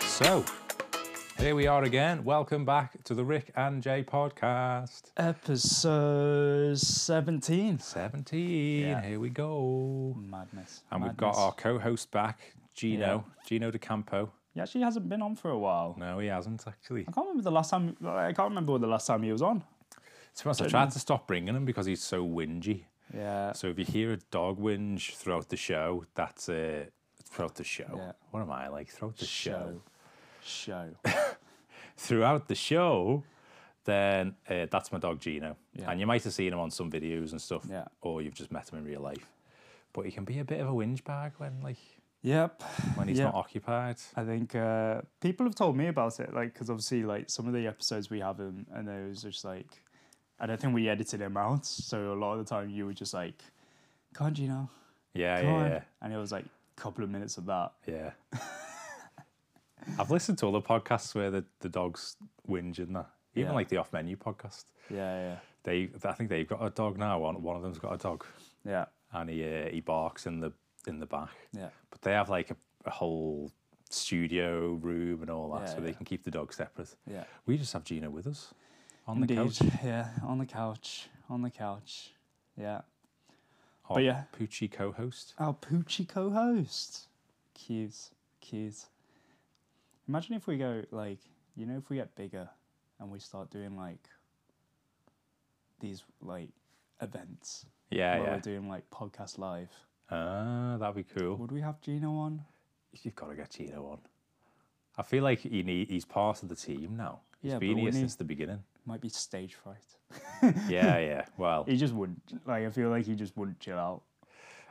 So, here we are again. Welcome back to the Rick and Jay podcast. Episode 17. 17. Yeah. Here we go. Madness. And we've got madness. our co host back, Gino, Gino De Campo. He actually hasn't been on for a while. No, he hasn't actually. Oh. I can't remember the last time. I can't remember when the last time he was on. To be honest, I tried to stop bringing him because he's so whingy. Yeah. So if you hear a dog whinge throughout the show, that's uh, throughout the show. Yeah. What am I like? Throughout the show. Show. Throughout the show, then uh, that's my dog Gino. Yeah. And you might have seen him on some videos and stuff, Yeah. or you've just met him in real life. But he can be a bit of a whinge bag when like yep. when he's Yeah. not occupied. I think uh, people have told me about it, like, because obviously, like, some of the episodes we have him, and those are just like, I don't think we edited him out. So a lot of the time, you were just like, "Come on, Gino, Yeah, come yeah, on," yeah, and it was like a couple of minutes of that. yeah. I've listened to other podcasts where the, the dogs whinge and that. Even Yeah. like the off menu podcast. Yeah, yeah, They I think they've got a dog now. One one of them's got a dog. yeah, and he uh, he barks in the in the back. yeah. But they have like a, a whole studio room and all that, Yeah, so they yeah. can keep the dog separate. yeah. We just have Gina with us on Indeed. the couch. Yeah, on the couch. On the couch. Yeah. Our But yeah. Poochie co-host. Our Poochie co host. Cute. Cute. Imagine if we go, like, you know, if we get bigger and we start doing, like, these, like, events Yeah, where yeah. we're doing, like, podcast live, Ah, that'd be cool. would we have Gino on? You've got to get Gina on. I feel like he need, he's part of the team now. He's Yeah, but been here wouldn't he- since the beginning. Might be stage fright. Yeah, yeah. Well, He just wouldn't. Like, I feel like he just wouldn't chill out.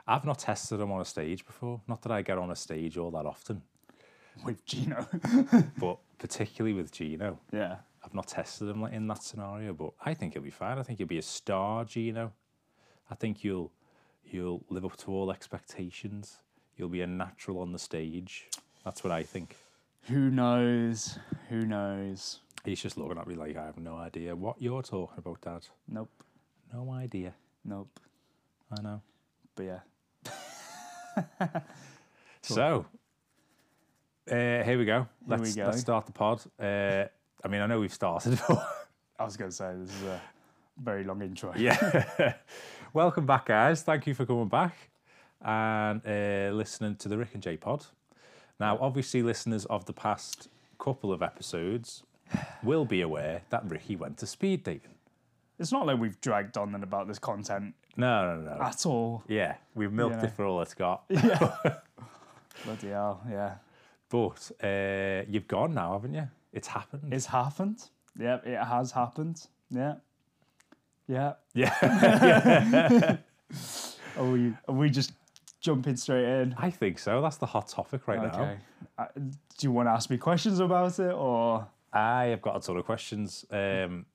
I've not tested him on a stage before. Not that I get on a stage all that often, With Gino, but particularly with Gino. yeah, I've not tested him like, in that scenario, but I think he'll be fine. I think he'll be a star, Gino. I think you'll you'll live up to all expectations. You'll be a natural on the stage. That's what I think. who knows? Who knows? He's just looking at me like I have no idea what you're talking about, Dad. Nope, No idea. nope. I know. But yeah, So uh, here we go. we Let's go. let's start the pod. Uh, I mean, I know we've started, but I was going to say this is a very long intro. yeah. Welcome back, guys. Thank you for coming back and uh, listening to the Rick and Jay pod. Now, obviously, listeners of the past couple of episodes will be aware that Ricky went to speed dating. It's not like we've dragged on and about this content No, no, no. at all. yeah, we've milked Yeah. it for all it's got. Yeah. Bloody hell, yeah. But uh, you've gone now, haven't you? It's happened. It's happened. Yeah, it has happened. Yeah. Yeah. yeah, Are we, are we just jumping straight in? I think so. That's the hot topic right now. Okay. Uh, do you want to ask me questions about it or? I have got a ton of questions. Um,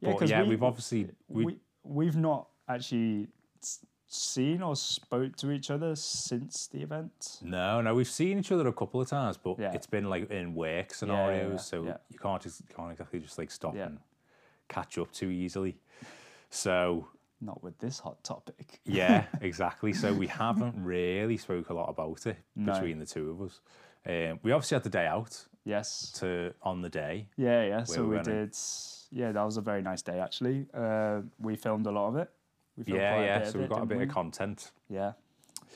Yeah, but 'cause yeah, we- we, have obviously we, We, we've not actually s- seen or spoke to each other since the event. No, no, we've seen each other a couple of times, but Yeah. it's been like in work yeah, scenarios, yeah, so yeah. you can't just can't exactly just like stop Yeah. and catch up too easily. So Not with this hot topic. yeah, exactly. So we haven't really spoke a lot about it No. between the two of us. Um, we obviously had the day out Yes. to on the day. Yeah, yeah. So we we went in. did. Yeah, that was a very nice day actually. Uh, we filmed a lot of it. We filmed yeah, quite yeah. A bit So of we it, got a bit didn't of content, we? Yeah,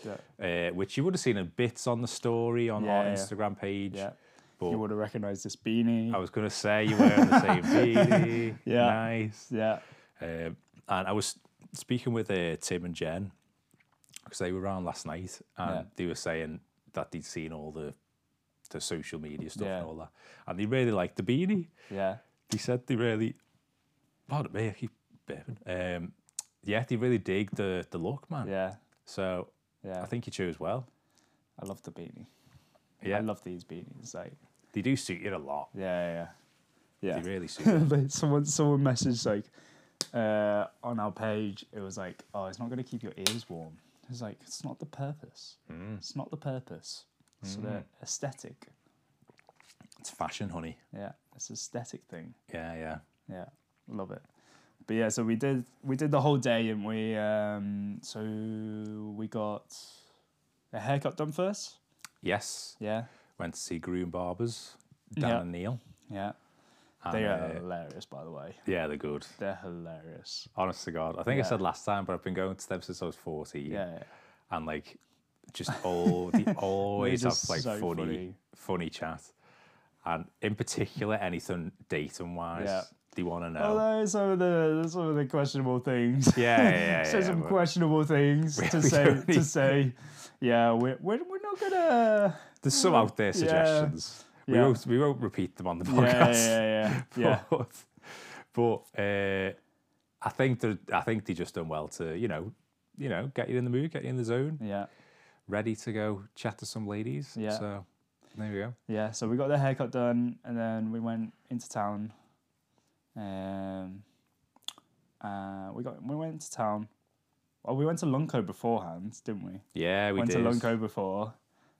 yeah. uh, which you would have seen in bits on the story on our Yeah, yeah. Instagram page. yeah. But you would have recognised this beanie. I was going to say you wearing the same beanie. Yeah. Nice. yeah, Um, and I was speaking with uh, Tim and Jen because they were around last night, and Yeah. they were saying that they'd seen all the the social media stuff Yeah. and all that, and they really liked the beanie. yeah, They said they really, pardon me, I keep burping. Um, yeah, they really dig the the look, man. yeah, So yeah. I think you chose well. I love the beanie. Yeah, I love these beanies. Like, they do suit you a lot. yeah, yeah, yeah. They really suit. you. yeah. Like, someone, someone messaged like uh, on our page. It was like, oh, it's not going to keep your ears warm. It's like it's not the purpose. Hmm. It's not the purpose. It's the aesthetic. It's fashion, honey. Yeah, it's aesthetic thing. Yeah, yeah. Yeah, love it. But yeah, so we did we did the whole day, and we um so we got a haircut done first. Yes, Yeah, went to see Groom Barbers. Dan Yeah. and Neil. Yeah. And, They are uh, hilarious, by the way. yeah, they're good. They're hilarious. Honest to God, I think I Yeah. said last time, but I've been going to them since I was fourteen, Yeah. yeah. and like just all they always have just like so funny, funny, funny. chat, and in particular anything dating wise, Yeah. uh, they want to know. Although Oh, some of the some of the questionable things. Yeah, yeah, yeah, Say yeah, some but- questionable things We- to we say don't to need- say. Yeah, we're we're, we're not gonna. There's some out there suggestions. We Yeah. won't we won't repeat them on the Yeah, yeah, podcast. yeah, yeah. yeah. But, but uh, I think they I think they just done well to you know you know get you in the mood, get you in the zone, Yeah, ready to go chat to some ladies. Yeah. So there we go. yeah. So we got the haircut done, and then we went into town. Um, uh, we got we went to town. Well, we went to Lunko beforehand, didn't we? Yeah, we went did. to Lunko before.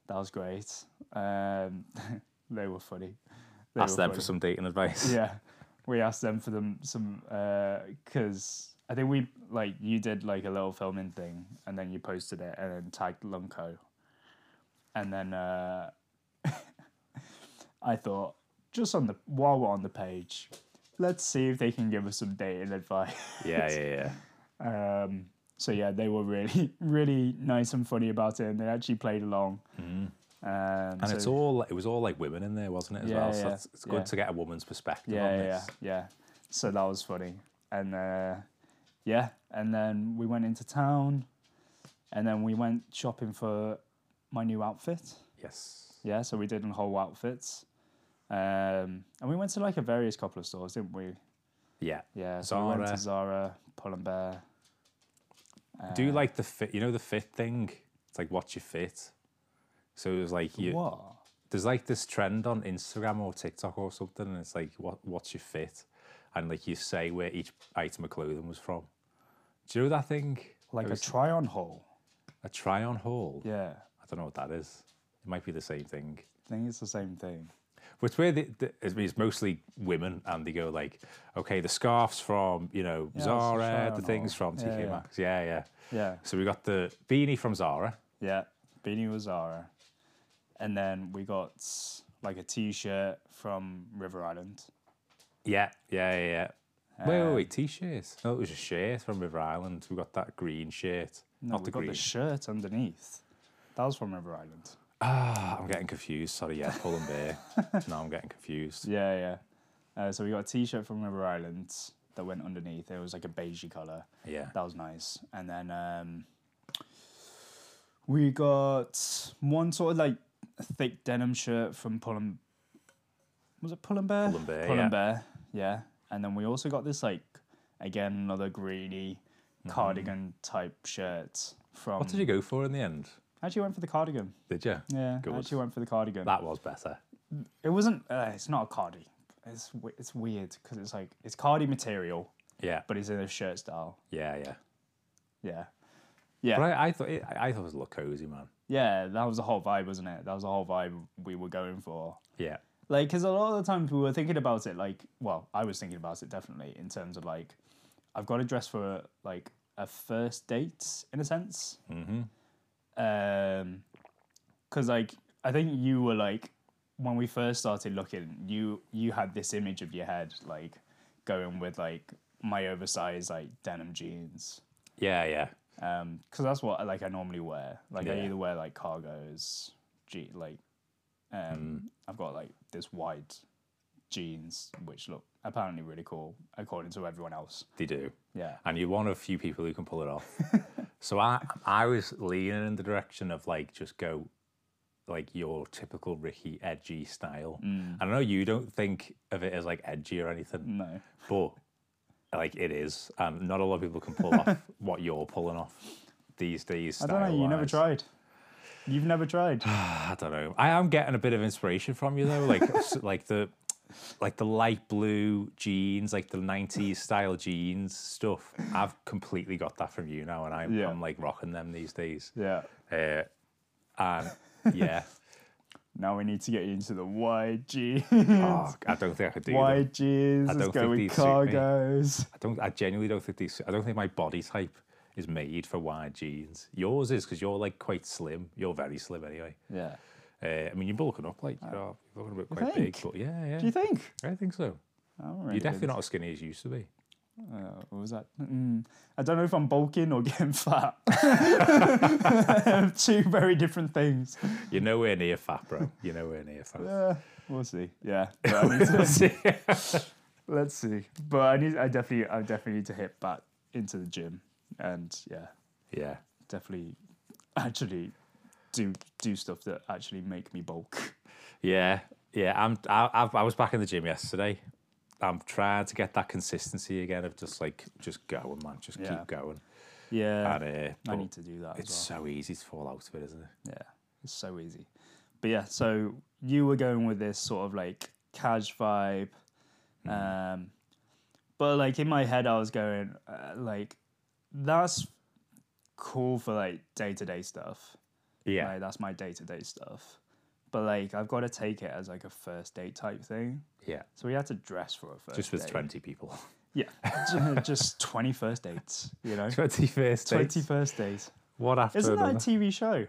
That was great. Um, they were funny. They Ask were them funny. for some dating advice. yeah, we asked them for them some because I think we like you did like a little filming thing and then you posted it and then tagged Lunko, and then uh, I thought just on the while we're on the page, let's see if they can give us some dating advice. yeah, yeah, yeah. Um, so yeah, they were really really nice and funny about it, and they actually played along. Um, Mm. And so- it's all it was all like women in there, wasn't it? As Yeah, well, so yeah, that's- it's good yeah. to get a woman's perspective yeah, on yeah, this. yeah, yeah. So that was funny, and uh, yeah, and then we went into town, and then we went shopping for my new outfit. Yes. Yeah, so we did in whole outfits, um, and we went to like a various couple of stores, didn't we? Yeah. Yeah, so we went Zara. to Zara, Pull and Bear. Uh, Do you like the fit? You know the fit thing. It's like what's your fit. So it was like you. what? there's like this trend on Instagram or TikTok or something, and it's like, what what's your fit? And like you say where each item of clothing was from. Do you know that thing? Like It a was try on haul? a try on haul. Yeah, I don't know what that is. It might be the same thing. I think it's the same thing. But it's where the, the, I mean, it's mostly women, and they go like, okay, the scarf's from you know Yeah, it's a Zara, the try-on things haul. from Yeah, TK yeah. Maxx. Yeah, yeah. Yeah. So we got the beanie from Zara. Yeah, Beanie was Zara. And then we got like a t shirt from River Island. Yeah, yeah, yeah. yeah. Wait, Uh, wait, wait, t-shirt. No, it was a shirt from River Island. We got that green shirt, No, not we the got green. the shirt underneath. That was from River Island. Ah, I'm getting confused. Sorry, yeah, Pull and Bear. no, I'm getting confused. Yeah, yeah. Uh, so we got a t shirt from River Island that went underneath. It was like a beigey colour. Yeah. That was nice. And then um, we got one sort of like thick denim shirt from Pull and was it Pull and Bear? Pull and Bear, Pull yeah. and Bear, yeah. And then we also got this like again another greeny Mm-hmm. cardigan type shirt from. What did you go for in the end? Actually, went for the cardigan. Did you? Yeah, Good. I actually went for the cardigan. That was better. It wasn't. Uh, it's not a cardi. It's we- it's weird because it's like it's cardi material, Yeah, but it's in a shirt style. yeah, yeah. Yeah, But I, I thought it, I thought it was a little cozy, man. yeah. That was the whole vibe, wasn't it? That was the whole vibe we were going for. Yeah, Like, because a lot of the times we were thinking about it, like, well, I was thinking about it definitely in terms of like, I've got to dress for like a first date in a sense. Mm-hmm. Um, because like I think you were like when we first started looking, you you had this image of your head like going with like my oversized like denim jeans. yeah, yeah. Um, because that's what like I normally wear. Like Yeah. I either wear like cargos, je- like um, I've got like this wide jeans which look apparently really cool according to everyone else. They do. Yeah, and you're one of a few people who can pull it off. so I I was leaning in the direction of like just go like your typical Ricky edgy style. I know you don't think of it as like edgy or anything, Mm. no, but like it is, and not a lot of people can pull off what you're pulling off these days. I don't know. You never style-wise. tried. You've never tried. I don't know. I am getting a bit of inspiration from you though, like s- like the like the light blue jeans, like the '90s style jeans stuff. I've completely got that from you now, and I'm Yeah. I'm like rocking them these days. yeah. Uh, and yeah, Now we need to get you into the wide jeans. oh, I don't think I could do. Them. wide jeans. I Let's don't go think with these suit me. cargos. I don't. I genuinely don't think these. I don't think my body type is made for wide jeans. Yours is because you're like quite slim. You're very slim anyway. Yeah. Uh, I mean, you're bulking up, like you're, all- you're looking a bit You quite big, think? but yeah, yeah. Do you think? I think so. Oh, You're definitely not as skinny as you used to be. Uh, what was that? Mm, I don't know if I'm bulking or getting fat. Two very different things. You're nowhere near fat, bro. You're nowhere near fat. Uh, we'll see. Yeah. But I need to- let's see. But I need. I definitely. I definitely need to hit back into the gym, and yeah, yeah. definitely, actually, do do stuff that actually make me bulk. Yeah, yeah. I'm. I, I've, I was back in the gym yesterday. I'm trying to get that consistency again of just like just going, man. Just Yeah. keep going. Yeah. And, uh, I but need to do that as it's well. so easy to fall out of it, isn't it? Yeah, it's so easy. But yeah, so you were going with this sort of like cash vibe, Mm. um, but like in my head, I was going uh, like that's cool for like day to day stuff. Yeah, Like, that's my day to day stuff. But like I've got to take it as like a first date type thing. yeah. So we had to dress for a first. Just with date. twenty people, Yeah, just twenty first dates. You know, twenty first twenty dates. first days. What after Isn't that a another? TV show?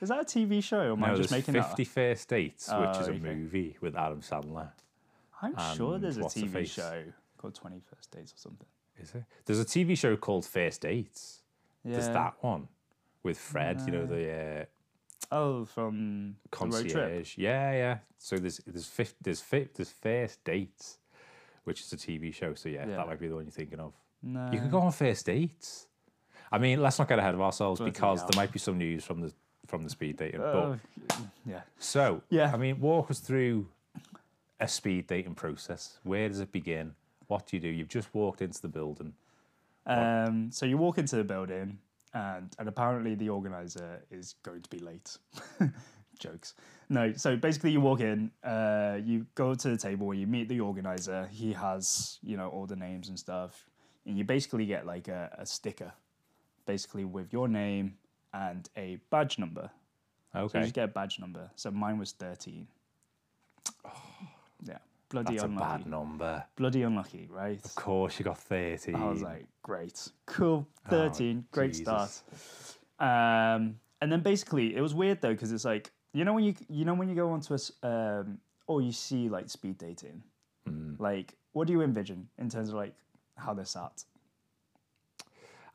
Is that a TV show? Or am I no, just there's making that? fifty first dates, which Oh, is a okay. movie with Adam Sandler. I'm sure and there's a Um, what's the TV face? show called Twenty First Dates or something. Is it? There's a TV show called First Dates. Yeah. There's that one with Fred. You know the. Uh, Oh, from the road trip. concierge. Yeah, yeah. So there's there's fifth there's fifth there's first dates, which is a TV show. So yeah, Yeah. Uh, that might be the one you're thinking of. No. you could go on first dates. I mean, let's not get ahead of ourselves Bloody because hell. there might be some news from the from the speed dating. Oh, but yeah. so yeah. I mean, walk us through a speed dating process. Where does it begin? What do you do? You've just walked into the building. Um, so you walk into the building, and and apparently the organizer is going to be late. Jokes. No. So basically, you walk in. Uh, you go to the table. You meet the organizer. He has you know all the names and stuff, and you basically get like a, a sticker, basically with your name and a badge number. So you Okay, just get a badge number. So mine was 13. yeah. Bloody that's a unlucky. bad number. Bloody unlucky, right? Of course, you got thirty. I was like, great. Cool. Oh, 13. great start. Um, and then basically, it was weird though, because it's like, you know when you you know when you go onto a s- um, or you see like speed dating, Mm. like what do you envision in terms of like how they're sat?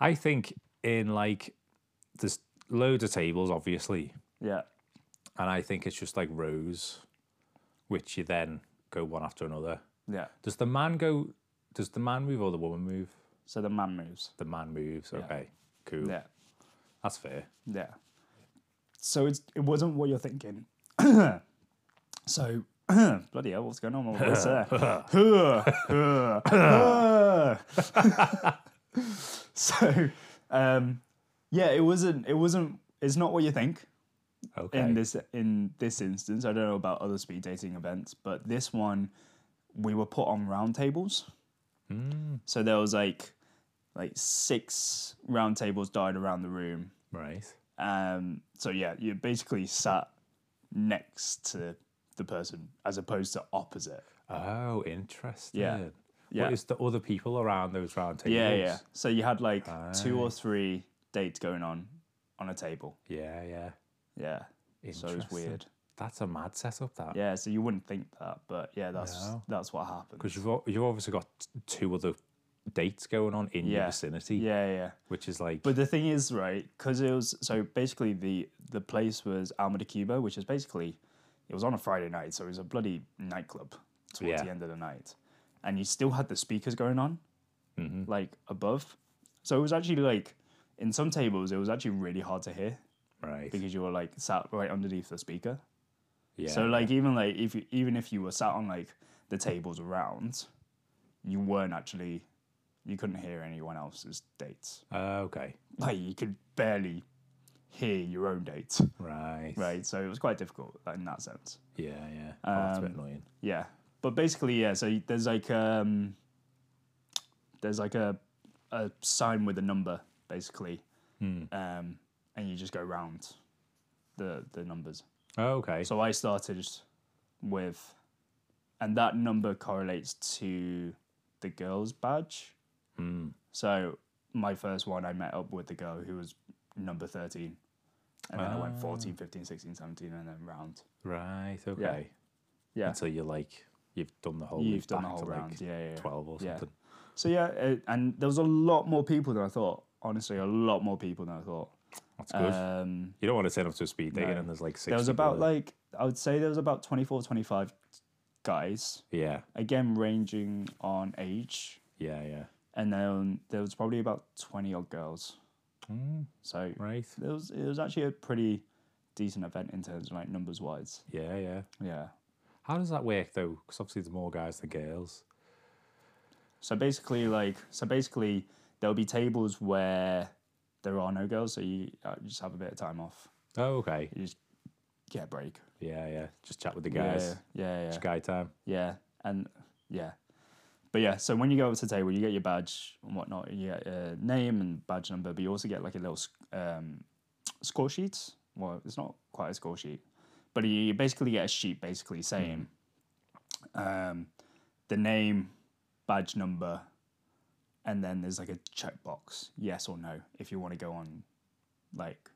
I think in like there's loads of tables, obviously, Yeah, and I think it's just like rows, which you then go one after another. yeah. Does the man go? Does the man move or the woman move? So the man moves. The man moves. Okay, cool. Yeah. That's fair. Yeah. So it's, it wasn't what you're thinking. so, bloody hell, what's going on? What was there? so, um, yeah, it wasn't. It wasn't. It's not what you think Okay. in this in this instance. I don't know about other speed dating events, but this one, we were put on round tables. Mm, So there was like, like six round tables died around the room, right. um, so yeah, you basically sat next to the person as opposed to opposite. Oh, interesting. Yeah. What is the other people around those round tables? Yeah, yeah. So you had like two or three dates going on on a table. Yeah, yeah. Yeah. So it was Interesting. weird. That's a mad setup. That. Yeah, so you wouldn't think that, but yeah, that's No. that's what happened. Because you've al- you've obviously got t- two other dates going on in your Yeah. vicinity, Yeah, yeah. which is like But the thing is, right? Because it was so basically the the place was Alma de Cuba, which is basically it was on a Friday night, so it was a bloody nightclub towards Yeah. the end of the night, and you still had the speakers going on, Mm-hmm. like above. So it was actually like in some tables it was actually really hard to hear right. because you were like sat right underneath the speaker. Yeah. So like even like if you, even if you were sat on like the tables around, you weren't actually you couldn't hear anyone else's dates Uh, okay. like you could barely hear your own date, Right. right? So it was quite difficult like, in that sense. Yeah, yeah. Oh, that's a bit Um, annoying. Yeah, but basically, yeah. So there's like um, there's like a a sign with a number basically, um, and you just go round the the numbers. Oh, okay. So I started with, and that number correlates to the girl's badge. Mm. So my first one, I met up with the girl who was number thirteen. And then I went Ah. 14, 15, 16, 17, and then round. Right. Okay. Yeah. Until you're like you've done the whole. You've done the back whole to, like, round. yeah, yeah, yeah. Twelve or Yeah. something. So yeah, it, and there was a lot more people than I thought. Honestly, a lot more people than I thought. That's good. Um, you don't want to turn up to a speed date no. and then there's like six. there was people about like I would say there was about 24, 25 guys. Yeah. Again, ranging on age, Yeah. Yeah. and then there was probably about twenty odd girls. Mm, So right. it was it was actually a pretty decent event in terms of like numbers wise. Yeah. Yeah. Yeah. How does that work though? Because obviously there's more guys than girls. So basically, like, so basically, there'll be tables where there are no girls, so you uh, just have a bit of time off. Oh, okay. You just get a break. Yeah. Yeah. Just chat with the guys. Yeah, yeah, yeah, Just guy time. yeah, and yeah. But yeah, so when you go up to the table, you get your badge and whatnot. and You get a name and badge number, but you also get like a little sc- um, score sheet. Well, it's not quite a score sheet, but you you basically get a sheet basically saying um, the name, badge number, and then there's like a checkbox, yes or no, if you want to go on like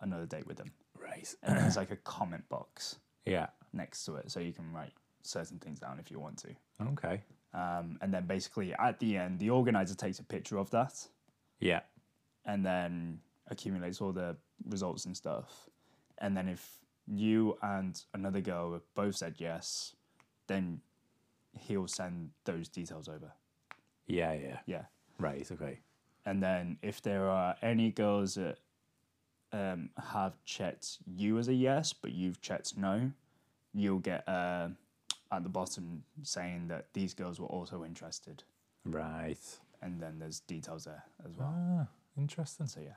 another date with them. Right. And there's like a comment box Yeah. next to it so you can write certain things down if you want to. Okay. Um, and then basically at the end, the organizer takes a picture of that Yeah. and then accumulates all the results and stuff. And then if you and another girl have both said yes, then he'll send those details over. Yeah. Yeah. Yeah. Right. Okay. And then if there are any girls that um, have checked you as a yes, but you've checked no, you'll get uh, at the bottom saying that these girls were also interested. Right. And then there's details there as well. Ah, interesting. So yeah,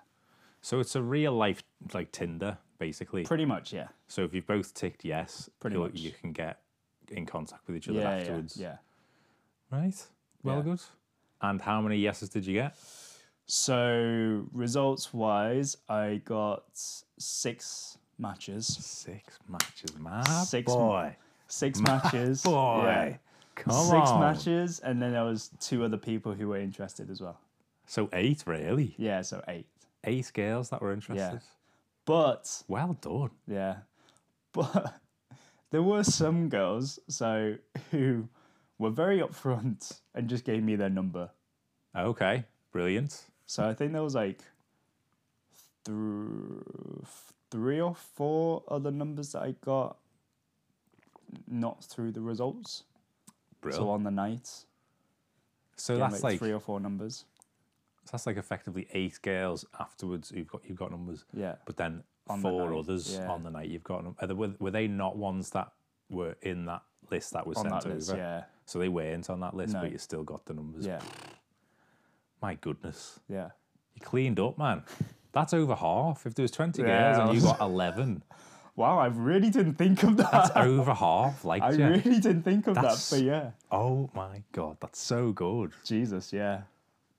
So it's a real life like Tinder, basically. pretty much yeah. So if you've both ticked yes, Pretty you'll- much. you can get in contact with each other Yeah, afterwards. yeah, yeah. Right. Well, Yeah. good. And how many yeses did you get? So results wise, I got six matches. Six matches, my Six m- boy. Six matches. boy. yeah. Come six on. matches, and then there was two other people who were interested as well. So eight, really? Yeah, so eight. Eight girls that were interested. But Well done. yeah, but there were some girls so who were very upfront and just gave me their number. Okay. Brilliant. So I think there was like th- three or four other numbers that I got not through the results. So Brilliant. on the night, So, yeah, that's like three or four numbers. that's like effectively eight girls afterwards who've got you've got numbers, Yeah. but then On the four night, others yeah. on the night you've got. num- Are they, were, were they not ones that were in that list that was On sent that over? list, yeah. So they weren't on that list, No. but you still got the numbers. Yeah. My goodness. Yeah. You cleaned up, man. That's over half. If there was 20 Yeah, girls I and you was- got 11, Wow, I really didn't think of that. that's over half. Like, I yeah. really didn't think of That's- that, but yeah. oh my God, that's so good. Jesus, yeah.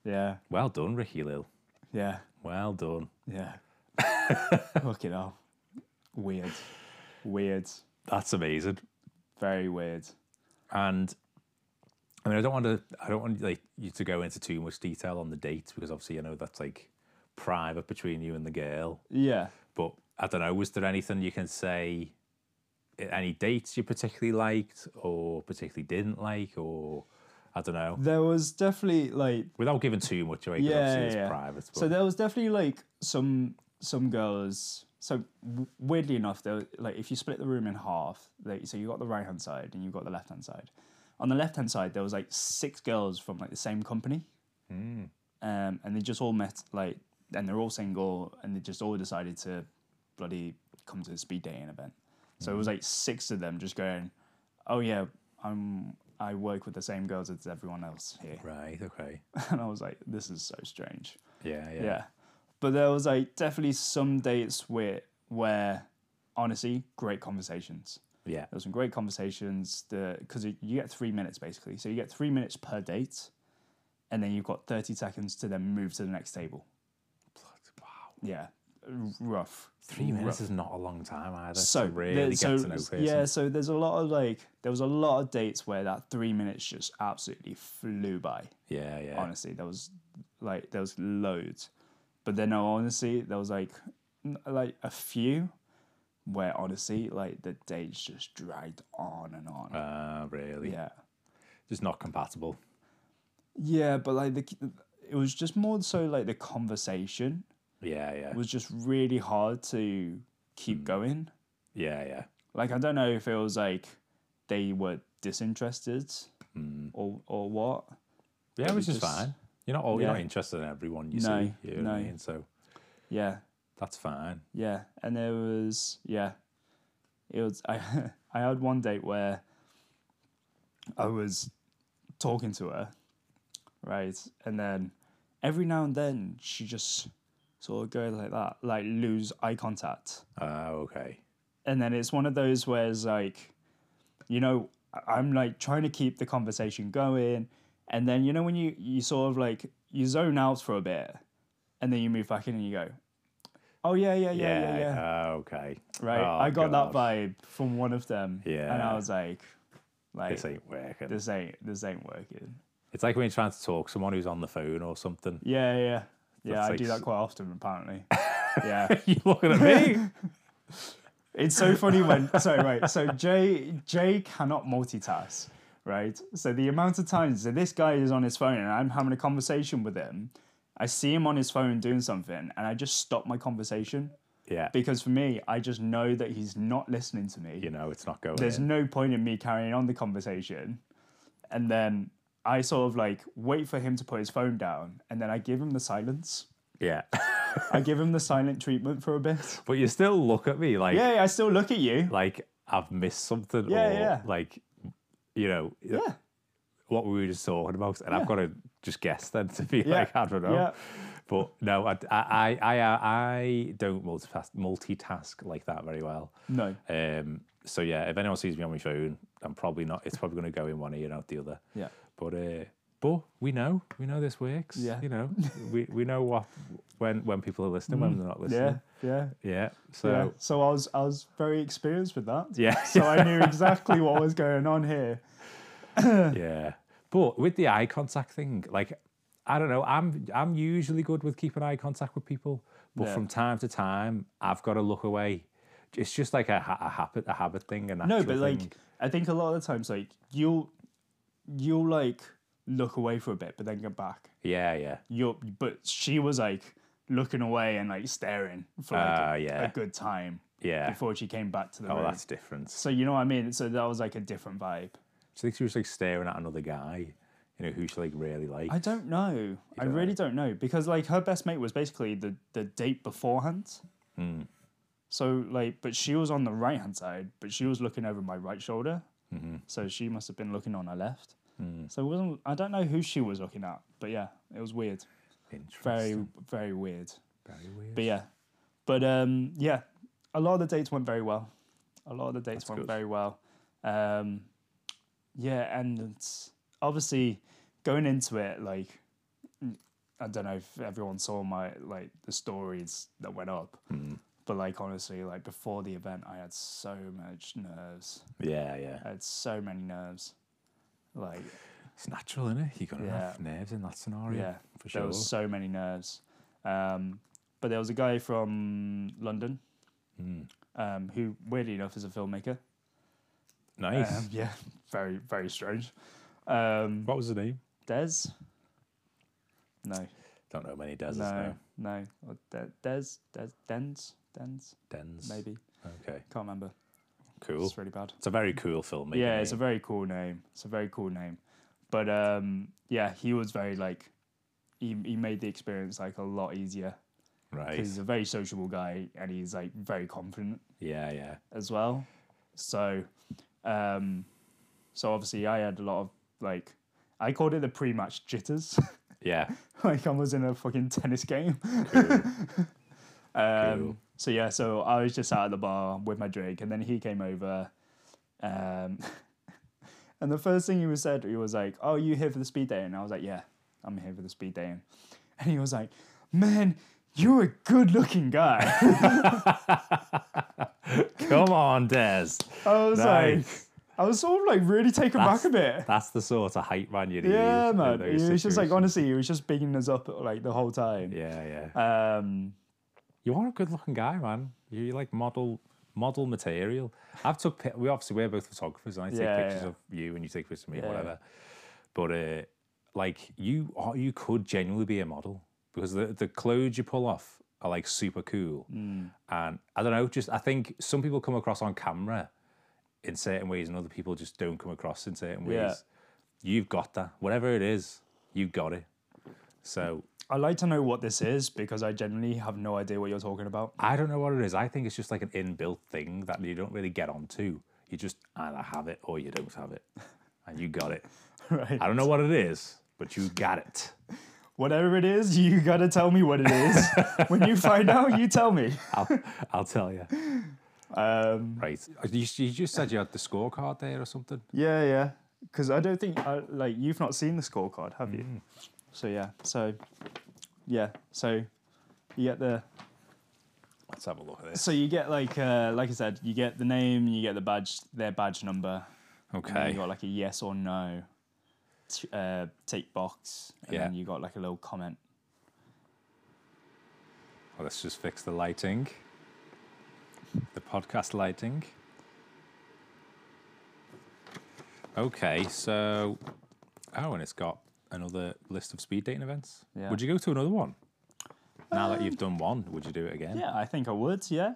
Yeah. Well done, Ricky Lil. Yeah. Well done. Yeah. Fucking hell. Weird. Weird. That's amazing. Very weird. And I mean, I don't want to, I don't want like you to go into too much detail on the date because obviously I know that's like private between you and the girl. Yeah. But I don't know, was there anything you can say? Any dates you particularly liked or particularly didn't like, or I don't know, There was definitely like without giving too much away because Yeah, obviously yeah, it's yeah. private. But so there was definitely like some some girls so w- weirdly enough there were- like if you split the room in half like so you got the right hand side and you got the left hand side on the left hand side there was like six girls from like the same company um, and they just all met like and they're all single and they just all decided to bloody come to the speed dating event so it was like six of them just going oh yeah i'm i work with the same girls as everyone else here right, okay, and i was like this is so strange yeah, yeah, yeah. But there was like definitely some dates where where honestly, great conversations. yeah, There was some great conversations because you get three minutes basically. So you get three minutes per date, and then you've got thirty seconds to then move to the next table. Wow, Yeah, R- rough. three minutes is not a long time either. So So to really there- get so to know person. yeah, so there's a lot of like there was a lot of dates where that three minutes just absolutely flew by. yeah, yeah. honestly there was like there was loads but then no, honestly there was like n- like a few where honestly, like the dates just dragged on and on. Uh, really? yeah. Just not compatible. Yeah, but like the c- it was just more so like the conversation Yeah, yeah. Mm. was just really hard to keep going. Yeah, yeah. Like I don't know if it was like they were disinterested Mm. or or what. Yeah, It which was is just- fine. You're not all, you're yeah. not interested in everyone you No, see. You know what I no. mean? So Yeah, that's fine. yeah. And there was yeah, it was I I had one date where I was talking to her, right, and then every now and then she just sort of go like that, like lose eye contact. Ah, okay. and then it's one of those where it's like, you know, I- I'm like trying to keep the conversation going, and then you know when you you sort of like you zone out for a bit, and then you move back in and you go, oh yeah yeah yeah yeah yeah, ah, okay. right. Oh, I got God. that vibe from one of them, and Yeah. I was like, like This ain't working. this ain't this ain't working. It's like when you're trying to talk to someone who's on the phone or something. Yeah yeah yeah. That's I do like- that quite often apparently. yeah. you're looking at me. It's so funny when sorry, right. So Jay Jay cannot multitask, right? So the amount of times that this guy is on his phone and I'm having a conversation with him, I see him on his phone doing something and I just stop my conversation yeah. because for me, I just know that he's not listening to me. You know, it's not going. There's in. no point in me carrying on the conversation. And then I sort of like wait for him to put his phone down and then I give him the silence. Yeah. I give him the silent treatment for a bit. but you still look at me like Yeah, I still look at you. like I've missed something Yeah, or yeah. like you know Yeah. what we were just talking about, and I've got to just guess then to be Yeah, like I don't know. yeah. But no, I I I I- I don't multitask multitask like that very well. No. Um, so yeah, if anyone sees me on my phone, I'm probably not. It's probably going to go in one ear and out the other. Yeah. But uh, but we know we know this works. Yeah. You know we we know what when when people are listening when they're not Mm. Yeah, listening. yeah. Yeah. yeah. So So I was I was very experienced with that. yeah. So I knew exactly what was going on here. Yeah. But with the eye contact thing, like I don't know, I'm I'm usually good with keeping eye contact with people, but Yeah. from time to time I've got to look away. It's just like a, ha- a habit, a habit thing, and No, but like I think a lot of the times like you'll you'll like look away for a bit but then go back. yeah, yeah, You'll but she was like looking away and like staring for like Ah, a, yeah. a good time yeah. before she came back to the oh, room. that's different. So So you know what I mean? So that was like a different vibe. I think she was like staring at another guy, you know, who she like really likes. I don't know. I don't really don't know because like her best mate was basically the the date beforehand. Hmm. So like, but she was on the right hand side, but she was looking over my right shoulder. mm-hmm, So she must have been looking on her left. mm, So it wasn't I don't know who she was looking at, but yeah, it was weird. Very Interesting. very weird. Very weird. But yeah, but um yeah, a lot of the dates went very well. A lot of the dates That's went good. very well. Um, yeah, and it's- obviously going into it, like I don't know if everyone saw my like the stories that went up, Mm, but like honestly, like before the event, I had so much nerves. Yeah, yeah. I had so many nerves. Like It's natural, isn't it? You got to have nerves in that scenario. yeah, for sure. there was so many nerves. Um, but there was a guy from London Mm. um, who, weirdly enough, is a filmmaker. Nice. Um, yeah, very very strange. Um, what was the name? Des? No, Don't know many Des's no, now. no. Or De- Des, Des, Dens, Dens, Dens. maybe. Okay. Can't remember. Cool. It's really bad. It's a very cool film. yeah, it's a very cool name. It's a very cool name. But um, yeah, he was very like, he, he made the experience like a lot easier. right. because he's a very sociable guy and he's like very confident Yeah, yeah, as well. So, um, so obviously I had a lot of like, I called it the pre-match jitters, yeah. like I was in a fucking tennis game. Cool. Um, Cool. So yeah, so I was just out at the bar with my drink, and then he came over, um, and the first thing he was said, he was like, "Oh, you here for the speed dating?" And I was like, "Yeah, I'm here for the speed dating," and he was like, "Man." You're a good-looking guy. Come on, Des. I was Nice. like, I was sort of like really taken back a bit. That's the sort of hype man you need. Yeah, in man. He those was just like, situations. honestly, he was just bigging us up like the whole time. Yeah, yeah. Um, You are a good-looking guy, man. You you like model model material. I've took pi- we obviously we're both photographers, and I take Yeah, pictures yeah. of you, and you take pictures of me, Yeah. whatever. But uh, like you are, you could genuinely be a model because the the clothes you pull off are like super cool, Mm. and I don't know. Just I think some people come across on camera in certain ways, and other people just don't come across in certain ways. Yeah. You've got that, whatever it is, you got it. So I'd like to know what this is because I generally have no idea what you're talking about. I don't know what it is. I think it's just like an inbuilt thing that you don't really get onto. You just either have it or you don't have it. And you got it. Right. I don't know what it is, but you got it. Whatever it is, you gotta tell me what it is. when you find out, you tell me. I'll, I'll tell you. Um, Right. Uh, You, you just said you had the scorecard there or something. yeah, yeah. Because I don't think I, like you've not seen the scorecard, have you? Mm. So yeah. So yeah. So you get the Let's have a look at this. so you get like uh, like I said, you get the name, you get the badge, their badge number. And then Okay. you got like a yes or no t- uh, tick box, and Yeah. then you got like a little comment. Well, let's just fix the lighting, the podcast lighting. Okay, so. Oh, and it's got another list of speed dating events. Yeah. Would you go to another one? Um, now that you've done one, would you do it again? Yeah, I think I would. Yeah,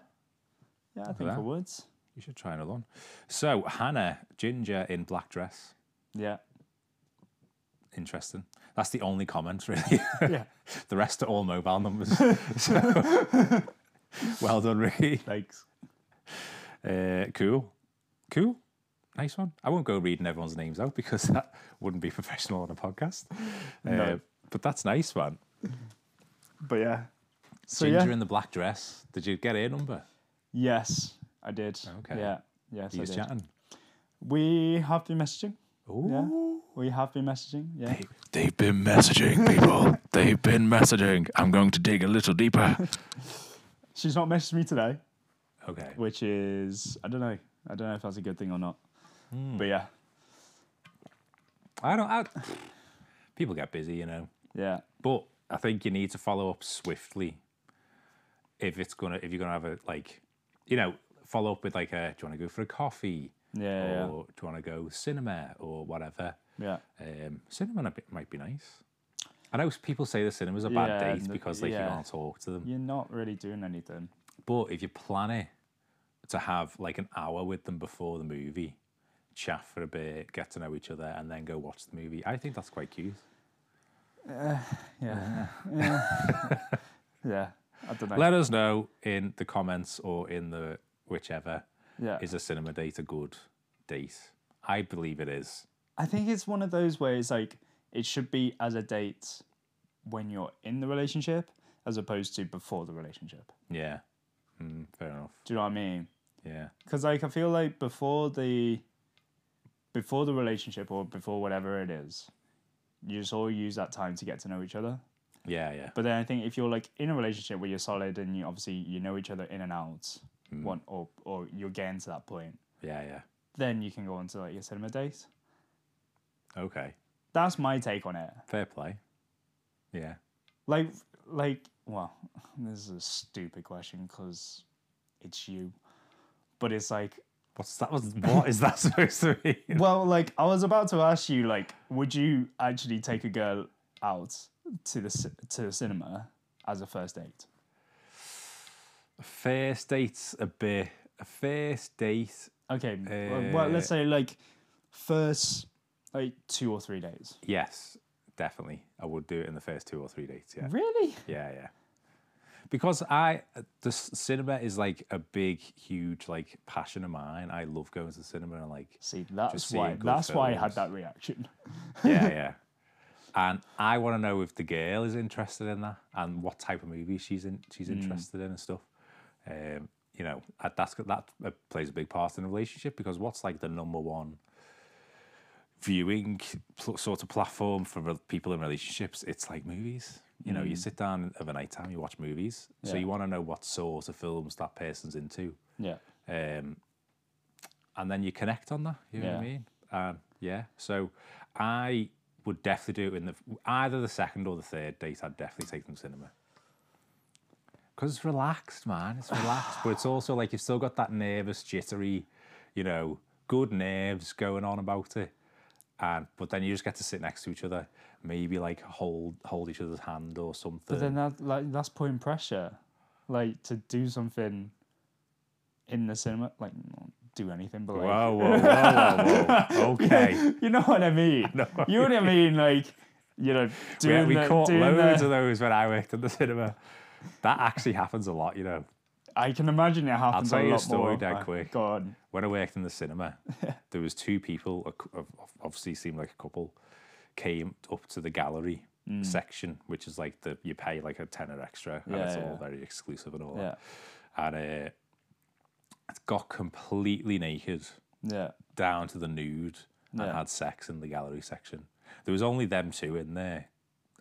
yeah, I think I that. would. You should try another one. So, Hannah, Ginger in black dress. Yeah, Interesting. That's the only comment, really. yeah. the rest are all mobile numbers. So, well done, Ricky. Thanks. Uh, cool. Cool. Nice one. I won't go reading everyone's names out because that wouldn't be professional on a podcast. Uh, No. But that's nice, man. But yeah. So Ginger yeah. in the black dress. Did you get her number? yes, I did. Okay. Yeah. Yes, I He's did. chatting. We have been messaging. Ooh. We have been messaging. Yeah. They've been messaging, people. They've been messaging. I'm going to dig a little deeper. She's not messaged me today, Okay. which is I don't know. I don't know if that's a good thing or not. Hmm. But yeah, I don't. I, people get busy, you know. yeah, But I think you need to follow up swiftly if it's gonna if you're gonna have a like, you know, follow up with like a do you want to go for a coffee yeah, or do you want to go cinema or whatever. yeah. yeah. Um, cinema might be- might be nice. I know people say the cinema's a bad Yeah, date n- because like you yeah. can't talk to them. You're not really doing anything. But if you plan it to have like an hour with them before the movie, chat for a bit, get to know each other, and then go watch the movie, I think that's quite cute. Yeah. Yeah. I don't know. Let us know in the comments or in the whichever yeah. is a cinema date a good date? I believe it is. I think it's one of those where it's like it should be as a date when you're in the relationship as opposed to before the relationship. Yeah. Mm, fair enough. Do you know what I mean? Yeah. Because like I feel like before the before the relationship or before whatever it is, you just all use that time to get to know each other. Yeah, yeah. But then I think if you're like in a relationship where you're solid and you obviously you know each other in and out, one or or you're getting to that point, Yeah, yeah. then you can go on to like your cinema date. Okay. That's my take on it. Fair play. Yeah. like like well this is a stupid question because it's you but it's like What's that was what is that supposed to be? well like i was about to ask you like would you actually take a girl out to the ci- to the cinema as a first date First date's a bit a first date. okay well, well let's Uh, say like first like two or three days Yes, definitely. I would do it in the first two or three dates, yeah. really Yeah, yeah. Because I, the s- cinema is like a big, huge, like passion of mine. I love going to the cinema and like see that's seeing why good that's why i had films. that reaction yeah, yeah. And I want to know if the girl is interested in that and what type of movie she's in, she's interested in and stuff. Um, you know, that- that's that uh, plays a big part in the relationship because what's like the number one viewing pl- sort of platform for re- people in relationships? It's like movies. You know, you sit down of a night time, you watch movies, so Yeah. you want to know what sort of films that person's into yeah um, and then you connect on that. You know what I Yeah. mean? Um, yeah. So I would definitely do it in the either the second or the third date. I'd definitely take them to cinema because it's relaxed, man. It's relaxed, but it's also like you've still got that nervous, jittery, you know, good nerves going on about it. And but then you just get to sit next to each other, maybe like hold hold each other's hand or something. But then that like that's putting pressure, like to do something in the cinema, like not do anything, but like whoa, whoa, whoa, whoa, whoa. Okay. you know what I mean. you know what I mean, like you know We, doing we the, caught doing loads the- of those when I worked at the cinema. That actually happens a lot, you know. I can imagine it happens tell a you a lot story, more. Dad, My quick. God, when I worked in the cinema, there was two people, a cou- of- of- obviously seemed like a couple, came up to the gallery Mm. section, which is like the you pay like a tenner extra, and Yeah, it's all yeah. very exclusive and all yeah, that. And uh, it got completely naked Um, yeah, down to the nude and Yeah. had sex in the gallery section. There was only them two in there.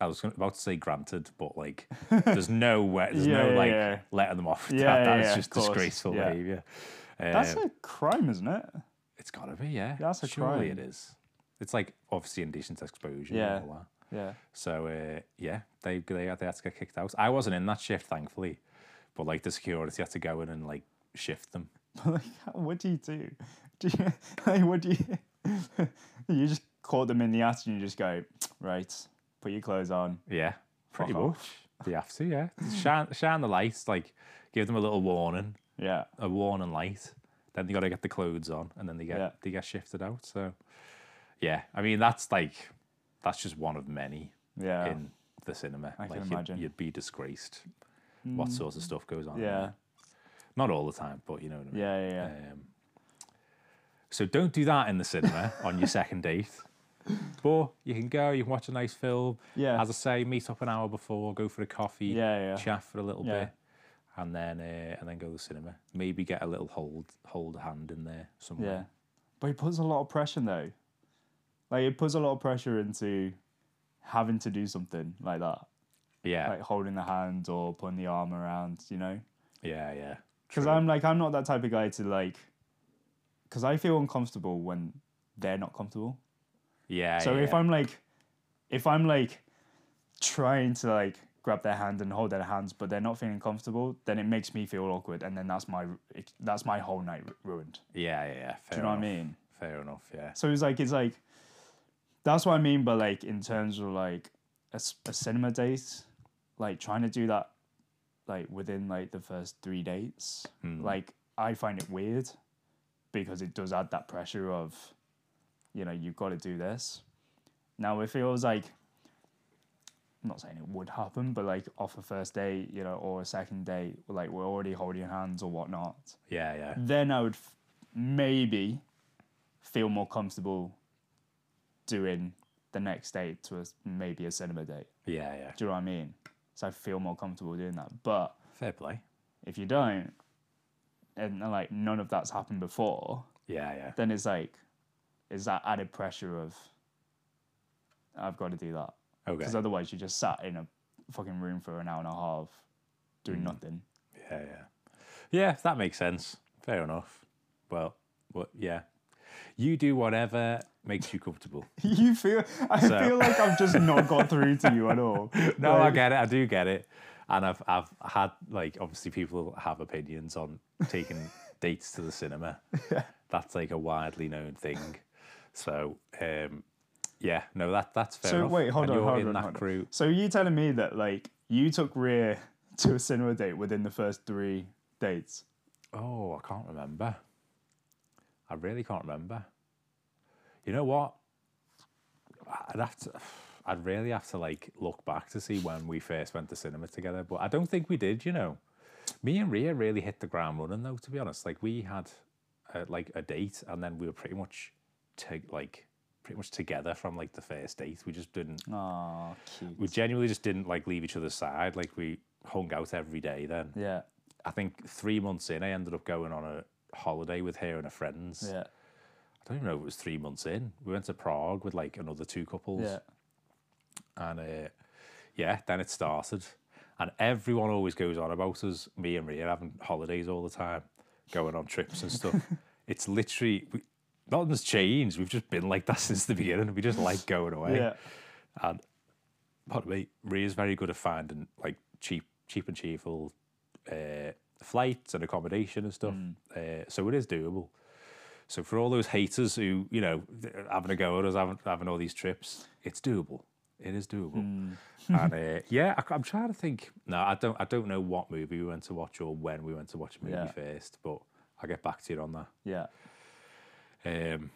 I was gonna- about to say granted, but like, there's no way, there's Yeah, no yeah, like yeah. letting them off. Yeah, that, yeah, that's yeah, of just course. disgraceful Yeah. behaviour. that's Um, a crime, isn't it? it's gotta be, yeah. That's a Surely it crime. is. It's like obviously indecent exposure Yeah. and all that. Yeah, So uh, yeah, they they had, they had to get kicked out. I wasn't in that shift, thankfully, but like the security had to go in and like shift them. but like, how- what do you do? Do you like what do you? you just caught them in the act and you just go right. Put your clothes on. Yeah, pretty Fuck off. much. They have to, yeah. Shine shine the lights, like give them a little warning, Yeah, a warning light. Then they got to get the clothes on, and then they get Yeah. they get shifted out. So yeah, I mean that's like that's just one of many yeah, in the cinema. I can like you'd- imagine. Mm. You'd, be disgraced. What sort of stuff goes on? in yeah, there. Not all the time, but you know what I mean. yeah, yeah, yeah. Um, so don't do that in the cinema on your second date. But you can go, you can watch a nice film. Yeah. As I say, meet up an hour before, go for a coffee, Yeah, yeah. chat for a little Yeah. bit, and then uh, and then go to the cinema. Maybe get a little hold hold hand in there Yeah. somewhere. But it puts a lot of pressure though. Like it puts a lot of pressure into having to do something like that. Yeah, Like holding the hand or putting the arm around, you know? yeah, yeah. Because True. I'm like I'm not that type of guy to like because I feel uncomfortable when they're not comfortable. yeah. So yeah. if I'm like if I'm like trying to like grab their hand and hold their hands but they're not feeling comfortable, then it makes me feel awkward and then that's my that's my whole night ru- ruined. yeah, yeah, yeah. Do Fair you know enough. what I mean? Fair enough. Yeah, So it's like it's like that's what I mean. But like in terms of like a, s- a cinema date, like trying to do that like within like the first three dates, like I find it weird because it does add that pressure of you know you've got to do this. Now if it was like I'm not saying it would happen, but like off a first date, you know, or a second date, like we're already holding hands or whatnot yeah, yeah. then I would f- maybe feel more comfortable doing the next date to a, maybe a cinema date. Yeah, yeah. Do you know what I mean? So I feel more comfortable doing that. But Fair play. if you don't, and uh, like none of that's happened before, Yeah, yeah. then it's like, is that added pressure of I've got to do that Okay. because otherwise you just sat in a fucking room for an hour and a half Mm. doing nothing. Yeah, yeah. Yeah, if that makes sense. Fair enough. Well, what yeah. You do whatever makes you comfortable. You feel I So- feel like I've just not got through to you at all. no, I Like- get it. I do get it. And I've I've had like obviously people have opinions on taking dates to the cinema. That's like a widely known thing. So um yeah, no, that that's fair So enough. wait, hold and on, you're hold in on, that hold on. crew. So you telling me that like you took Rear to a cinema date within the first three dates? Oh, I can't remember. I really can't remember. You know what? I'd have to. I'd really have to like look back to see when we first went to cinema together, but I don't think we did. You know, me and Ria really hit the ground running though. To be honest, like we had uh like a date, and then we were pretty much to, like pretty much together from like the first date. We just didn't. Oh, cute. We genuinely just didn't like leave each other's side. Like we hung out every day then. yeah, I think three months in, I ended up going on a holiday with her and her friends. yeah, I don't even know if it was three months in. We went to Prague with like another two couples. yeah, And uh, yeah, then it started. And everyone always goes on about us, me and Maria, having holidays all the time, going on trips and stuff. it's literally, we, nothing's changed. We've just been like that since the beginning. We just like going away. yeah, And pardon me, Rhea's very good at finding like cheap, cheap and cheerful uh, flights and accommodation and stuff. Uh, so it is doable. So for all those haters who you know th- having a go at us, having, having all these trips, it's doable. It is doable. and uh, yeah, I, am trying to think. No, I don't. I don't know what movie we went to watch or when we went to watch a movie Yeah. first, but I'll get back to you on that. Yeah. Um,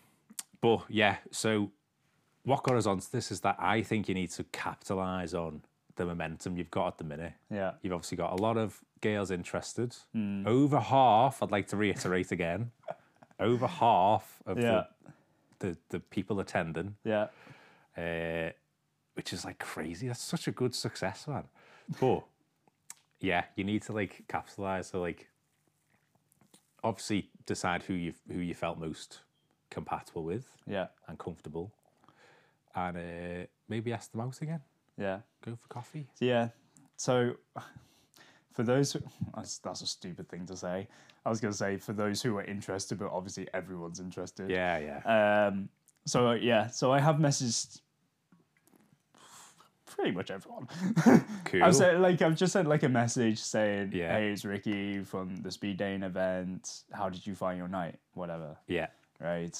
but yeah, so what got us onto this is that I think you need to capitalise on the momentum you've got at the minute. Yeah. You've obviously got a lot of girls interested. Over half, I'd like to reiterate again, over half of Yeah. the, the, the people attending, Yeah. uh, which is like crazy. That's such a good success, man. But yeah, you need to like capitalize. So like, obviously, decide who you who you felt most compatible with Yeah. and comfortable, and uh, maybe ask them out again. Yeah. Go for coffee. So, yeah. So, for those who, that's, that's a stupid thing to say. I was going to say for those who are interested, but obviously everyone's interested. Yeah, yeah. Um, so uh, yeah, so I have messaged pretty much everyone. Cool. I've said like I've just sent like a message saying, Yeah. "Hey, it's Ricky from the speed dating event. How did you find your night? Whatever, yeah. right?"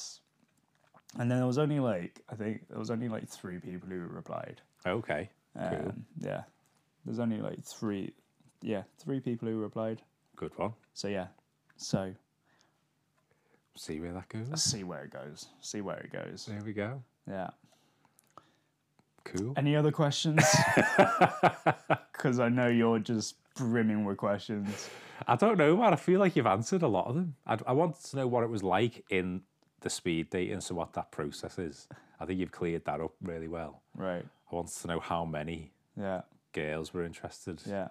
And then there was only like I think there was only like three people who replied. Okay. Um, Cool. Yeah, there's only like three, yeah, three people who replied. Good one. So yeah, so See where that let's goes. see where it goes. See where it goes. There we go. Yeah. Cool. Any other questions? Because I know you're just brimming with questions. I don't know, man. I feel like you've answered a lot of them. I, I wanted to know what it was like in the speed dating, so what that process is. I think you've cleared that up really well. Right. I wanted to know how many Yeah. girls were interested, Yeah.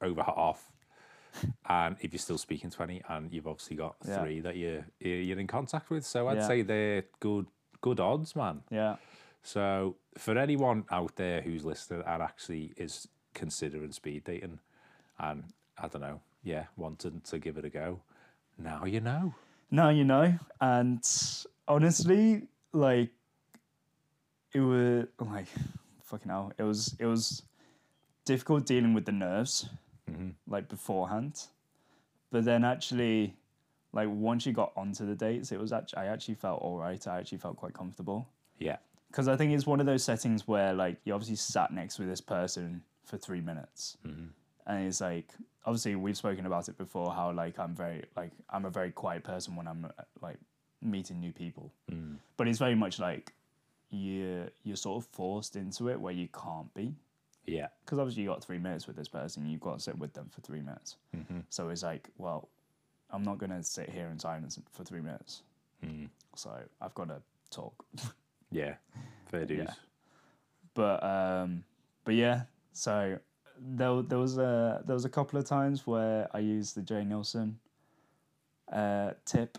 over half, and if you're still speaking to any, and you've obviously got Yeah. three that you're you're in contact with. So I'd Yeah. say they're good good odds, man. Yeah. So for anyone out there who's listening and actually is considering speed dating, and I don't know, yeah, wanting to give it a go, now you know. Now you know. And honestly, like, it was like, fucking hell. It was, it was difficult dealing with the nerves, like beforehand. But then actually, like, once you got onto the dates, it was actually, I actually felt all right. I actually felt quite comfortable. Yeah, because I think it's one of those settings where like you obviously sat next with this person for three minutes, and it's like obviously we've spoken about it before how like I'm very like I'm a very quiet person when I'm uh, like meeting new people, but it's very much like you you're sort of forced into it where you can't be yeah, because obviously you got three minutes with this person, you've got to sit with them for three minutes, so it's like well I'm not gonna sit here in silence for three minutes, so I've got to talk. Mm. yeah. Fair dues. but um but yeah so there, there was a there was a couple of times where i used the jay nielsen uh tip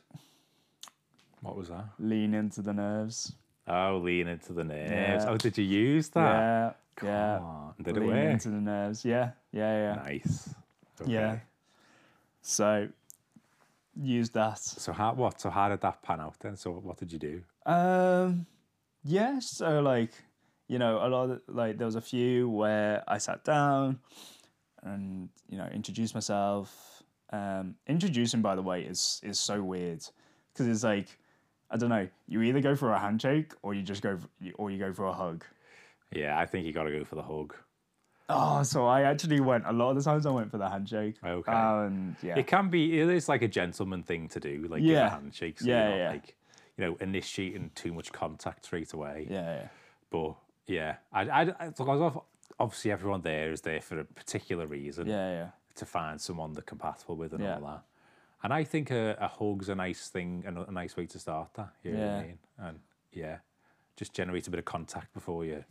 What was that? lean into the nerves Oh, lean into the nerves. Yeah. Oh, did you use that? yeah Come yeah on. Did it lean work? into the nerves yeah yeah yeah Nice. yeah Okay. so use that So how what? So how did that pan out then? So what did you do? Um, yeah. So like, you know, a lot of, like there was a few where I sat down and you know introduced myself. Um, introducing, by the way, is is so weird because it's like I don't know. You either go for a handshake or you just go for, or you go for a hug. Yeah, I think you got to go for the hug. Oh, so I actually went a lot of the times. I went for the handshake. Okay. And yeah, It can be. It is like a gentleman thing to do, like give Yeah. a handshake. So Yeah, you're not, yeah. Like you know, initiating too much contact straight away. yeah, yeah, But yeah, I, I, I look, I was off- obviously everyone there is there for a particular reason yeah, yeah. to find someone they're compatible with and Yeah. all that. And I think a, a hug's a nice thing and a nice way to start that. You know what I Yeah. mean? And yeah, just generate a bit of contact before you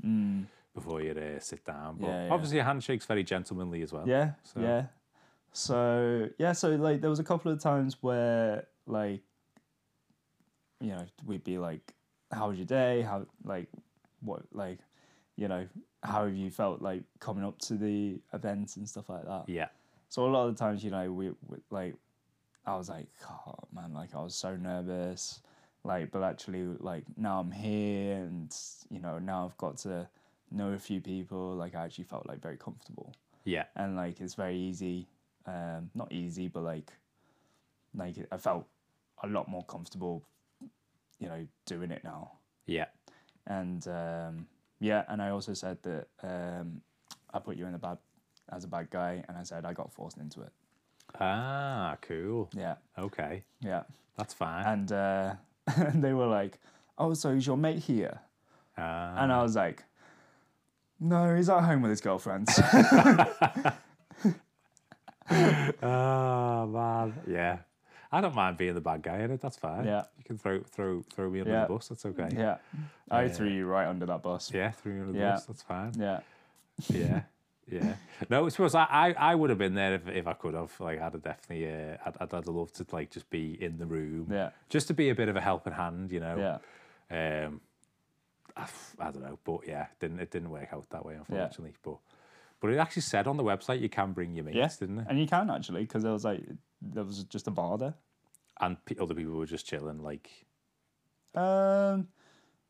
before you uh, sit down. But Mm. Yeah, yeah. obviously a handshake's very gentlemanly as well. Yeah, So- yeah. So yeah, so like there was a couple of times where like you know we'd be like, "How was your day? How like what like you know how have you felt like coming up to the event and stuff like that?" Yeah. So a lot of the times, you know, we, we like I was like, "Oh man, like I was so nervous." Like, but actually, like now I'm here, and you know, now I've got to know a few people. Like, I actually felt like very comfortable Yeah. and like it's very easy um, not easy, but like, like I felt a lot more comfortable, you know, doing it now. Yeah. And um, yeah, and I also said that um, I put you in the bad as a bad guy, and I said I got forced into it. Ah, cool. Yeah, Okay. yeah. That's fine. And uh, they were like, "Oh, so is your mate here?" Ah. And I was like, "No, he's at home with his girlfriend." Oh man, yeah. I don't mind being the bad guy in it. That's fine. Yeah. you can throw throw throw me under Yeah. the bus. That's okay. Yeah, yeah, I threw you right under that bus. throw me under the Yeah. bus. That's fine. Yeah, Yeah, yeah. No, it's because I, I I would have been there if, if I could have. Like I'd have definitely. Uh, I'd I'd have loved to like just be in the room. yeah, Just to be a bit of a helping hand, you know. yeah. Um, I, I don't know, but yeah, didn't it didn't work out that way, unfortunately. But but it actually said on the website you can bring your mates, Yeah. didn't it? And you can actually, because there was like there was just a bar there. And pe- other people were just chilling, like Um,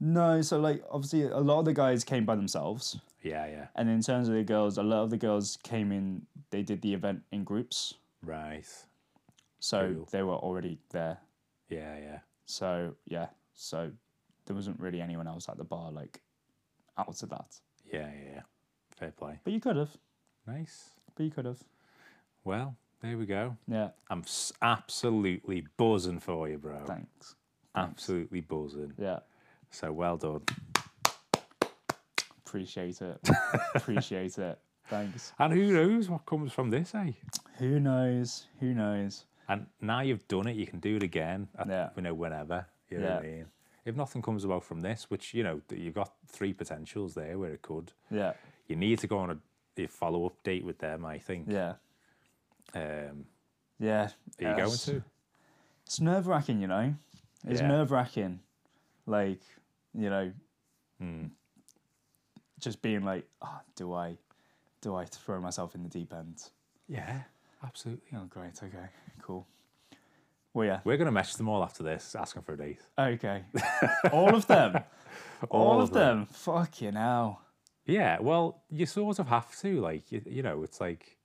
no, so like obviously a lot of the guys came by themselves, yeah, yeah, and in terms of the girls, a lot of the girls came in. They did the event in groups, right. so Cool. they were already there. Yeah, yeah. So yeah, so there wasn't really anyone else at the bar like out of that. Yeah, yeah, yeah. Fair play. But you could have. Nice. But you could have. Well, there we go. Yeah. I'm s- absolutely buzzing for you, Oh. bro. Thanks. Absolutely buzzing. Yeah. So well done. Appreciate it. Appreciate it. Thanks. And who knows what comes from this, eh? Who knows? Who knows? And now you've done it, you can do it again. At, Yeah. You know, whenever. You know what I Yeah. mean? If nothing comes about from this, which you know that you've got three potentials there where it could, Yeah. you need to go on a, a follow up date with them. I think. Yeah. Um, Yeah. are you going Yes. to? It's nerve wracking, you know? It's Yeah. nerve wracking. Like, you know, Mm. just being like, oh, do I do I throw myself in the deep end? Yeah, absolutely. Oh great, okay, cool. Well yeah. We're gonna message them all after this, asking for a date. Okay. All of them. All, All of of them. them. Fucking hell. Yeah, well, you sort of have to, like, you, you know, it's like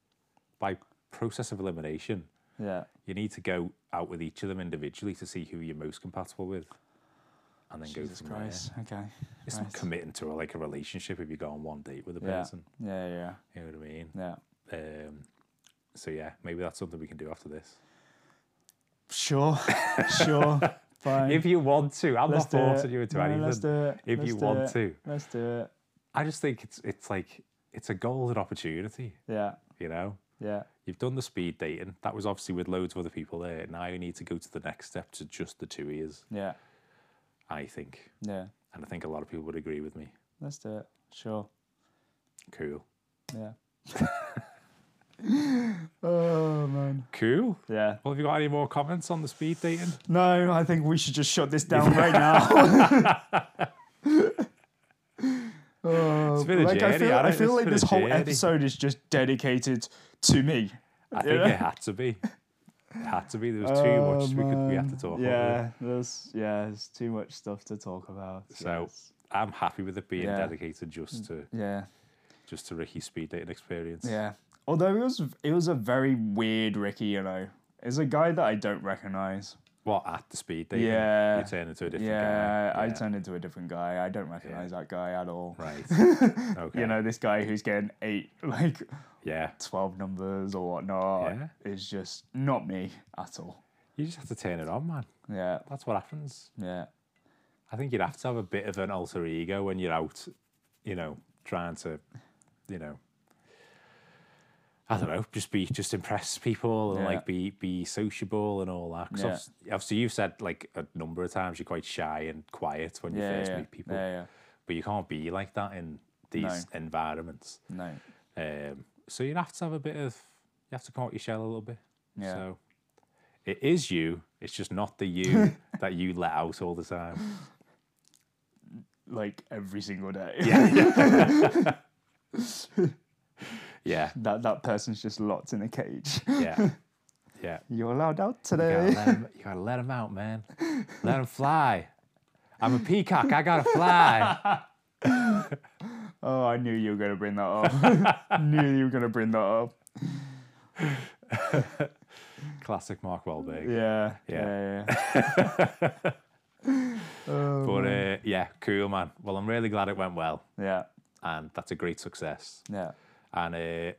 by process of elimination, Yeah. you need to go out with each of them individually to see who you're most compatible with, and then Jesus go from Christ. Okay. there. It's not Christ. committing to like a relationship if you go on one date with a Yeah. person. Yeah, yeah. You know what I mean? Yeah. Um, so yeah, maybe that's something we can do after this. Sure. sure. Fine. If you want to, I'm Let's do not it. forcing you into No, anything. Let's do it. if Let's you do want it. to, Let's do it. I just think it's it's like it's a golden opportunity. Yeah. You know, Yeah. You've done the speed dating. That was obviously with loads of other people there. Now you need to go to the next step to just the two ears, Yeah. I think. Yeah. And I think a lot of people would agree with me. Let's do it. Sure. Cool. Yeah. oh man. Cool. Yeah. Well, have you got any more comments on the speed dating? No, I think we should just shut this down right now. Oh, It's been a like I journey, hasn't feel, I it? It's feel like been a this whole journey. episode is just dedicated to me. I think Yeah. Um, it had to be. It had to be. There was too much we could we had to talk about. Yeah, there's yeah, there's too much stuff to talk about. So- yes. I'm happy with it being Yeah. dedicated just to yeah, just to Ricky's speed dating experience. yeah. Although it was it was a very weird Ricky, you know. It's a guy that I don't recognize. What at the speed dating? Yeah. You turn into a different yeah, guy. I turned into a different guy. I don't recognize that guy at all. Right. okay. You know, this guy who's getting eight, like Yeah. 12 numbers or whatnot Yeah. is just not me at all. You just have to turn it on, man. Yeah, That's what happens. yeah, I think you'd have to have a bit of an alter ego when you're out, you know, trying to, you know, I don't know, just be just impress people and Yeah. like be be sociable and all that. 'Cause Yeah. obviously, obviously you've said like a number of times you're quite shy and quiet when you yeah, first yeah, meet people, yeah, yeah. but you can't be like that in these environments. No, Um, so you'd have to have a bit of you have to come out your shell a little bit. yeah, So it is you. It's just not the you that you let out all the time. like every single day. Yeah. that that person's just locked in a cage. Yeah. Yeah. You're allowed out gotta today. let 'em- you gotta let them out, man. Let them fly. I'm a peacock. I gotta fly. Oh, I knew you were gonna bring that up. knew you were gonna bring that up. Classic Mark Wahlberg. Yeah. Yeah. Yeah. yeah, yeah. Um, But uh, yeah, cool man. Well, I'm really glad it went well, yeah. and that's a great success. Yeah. And uh,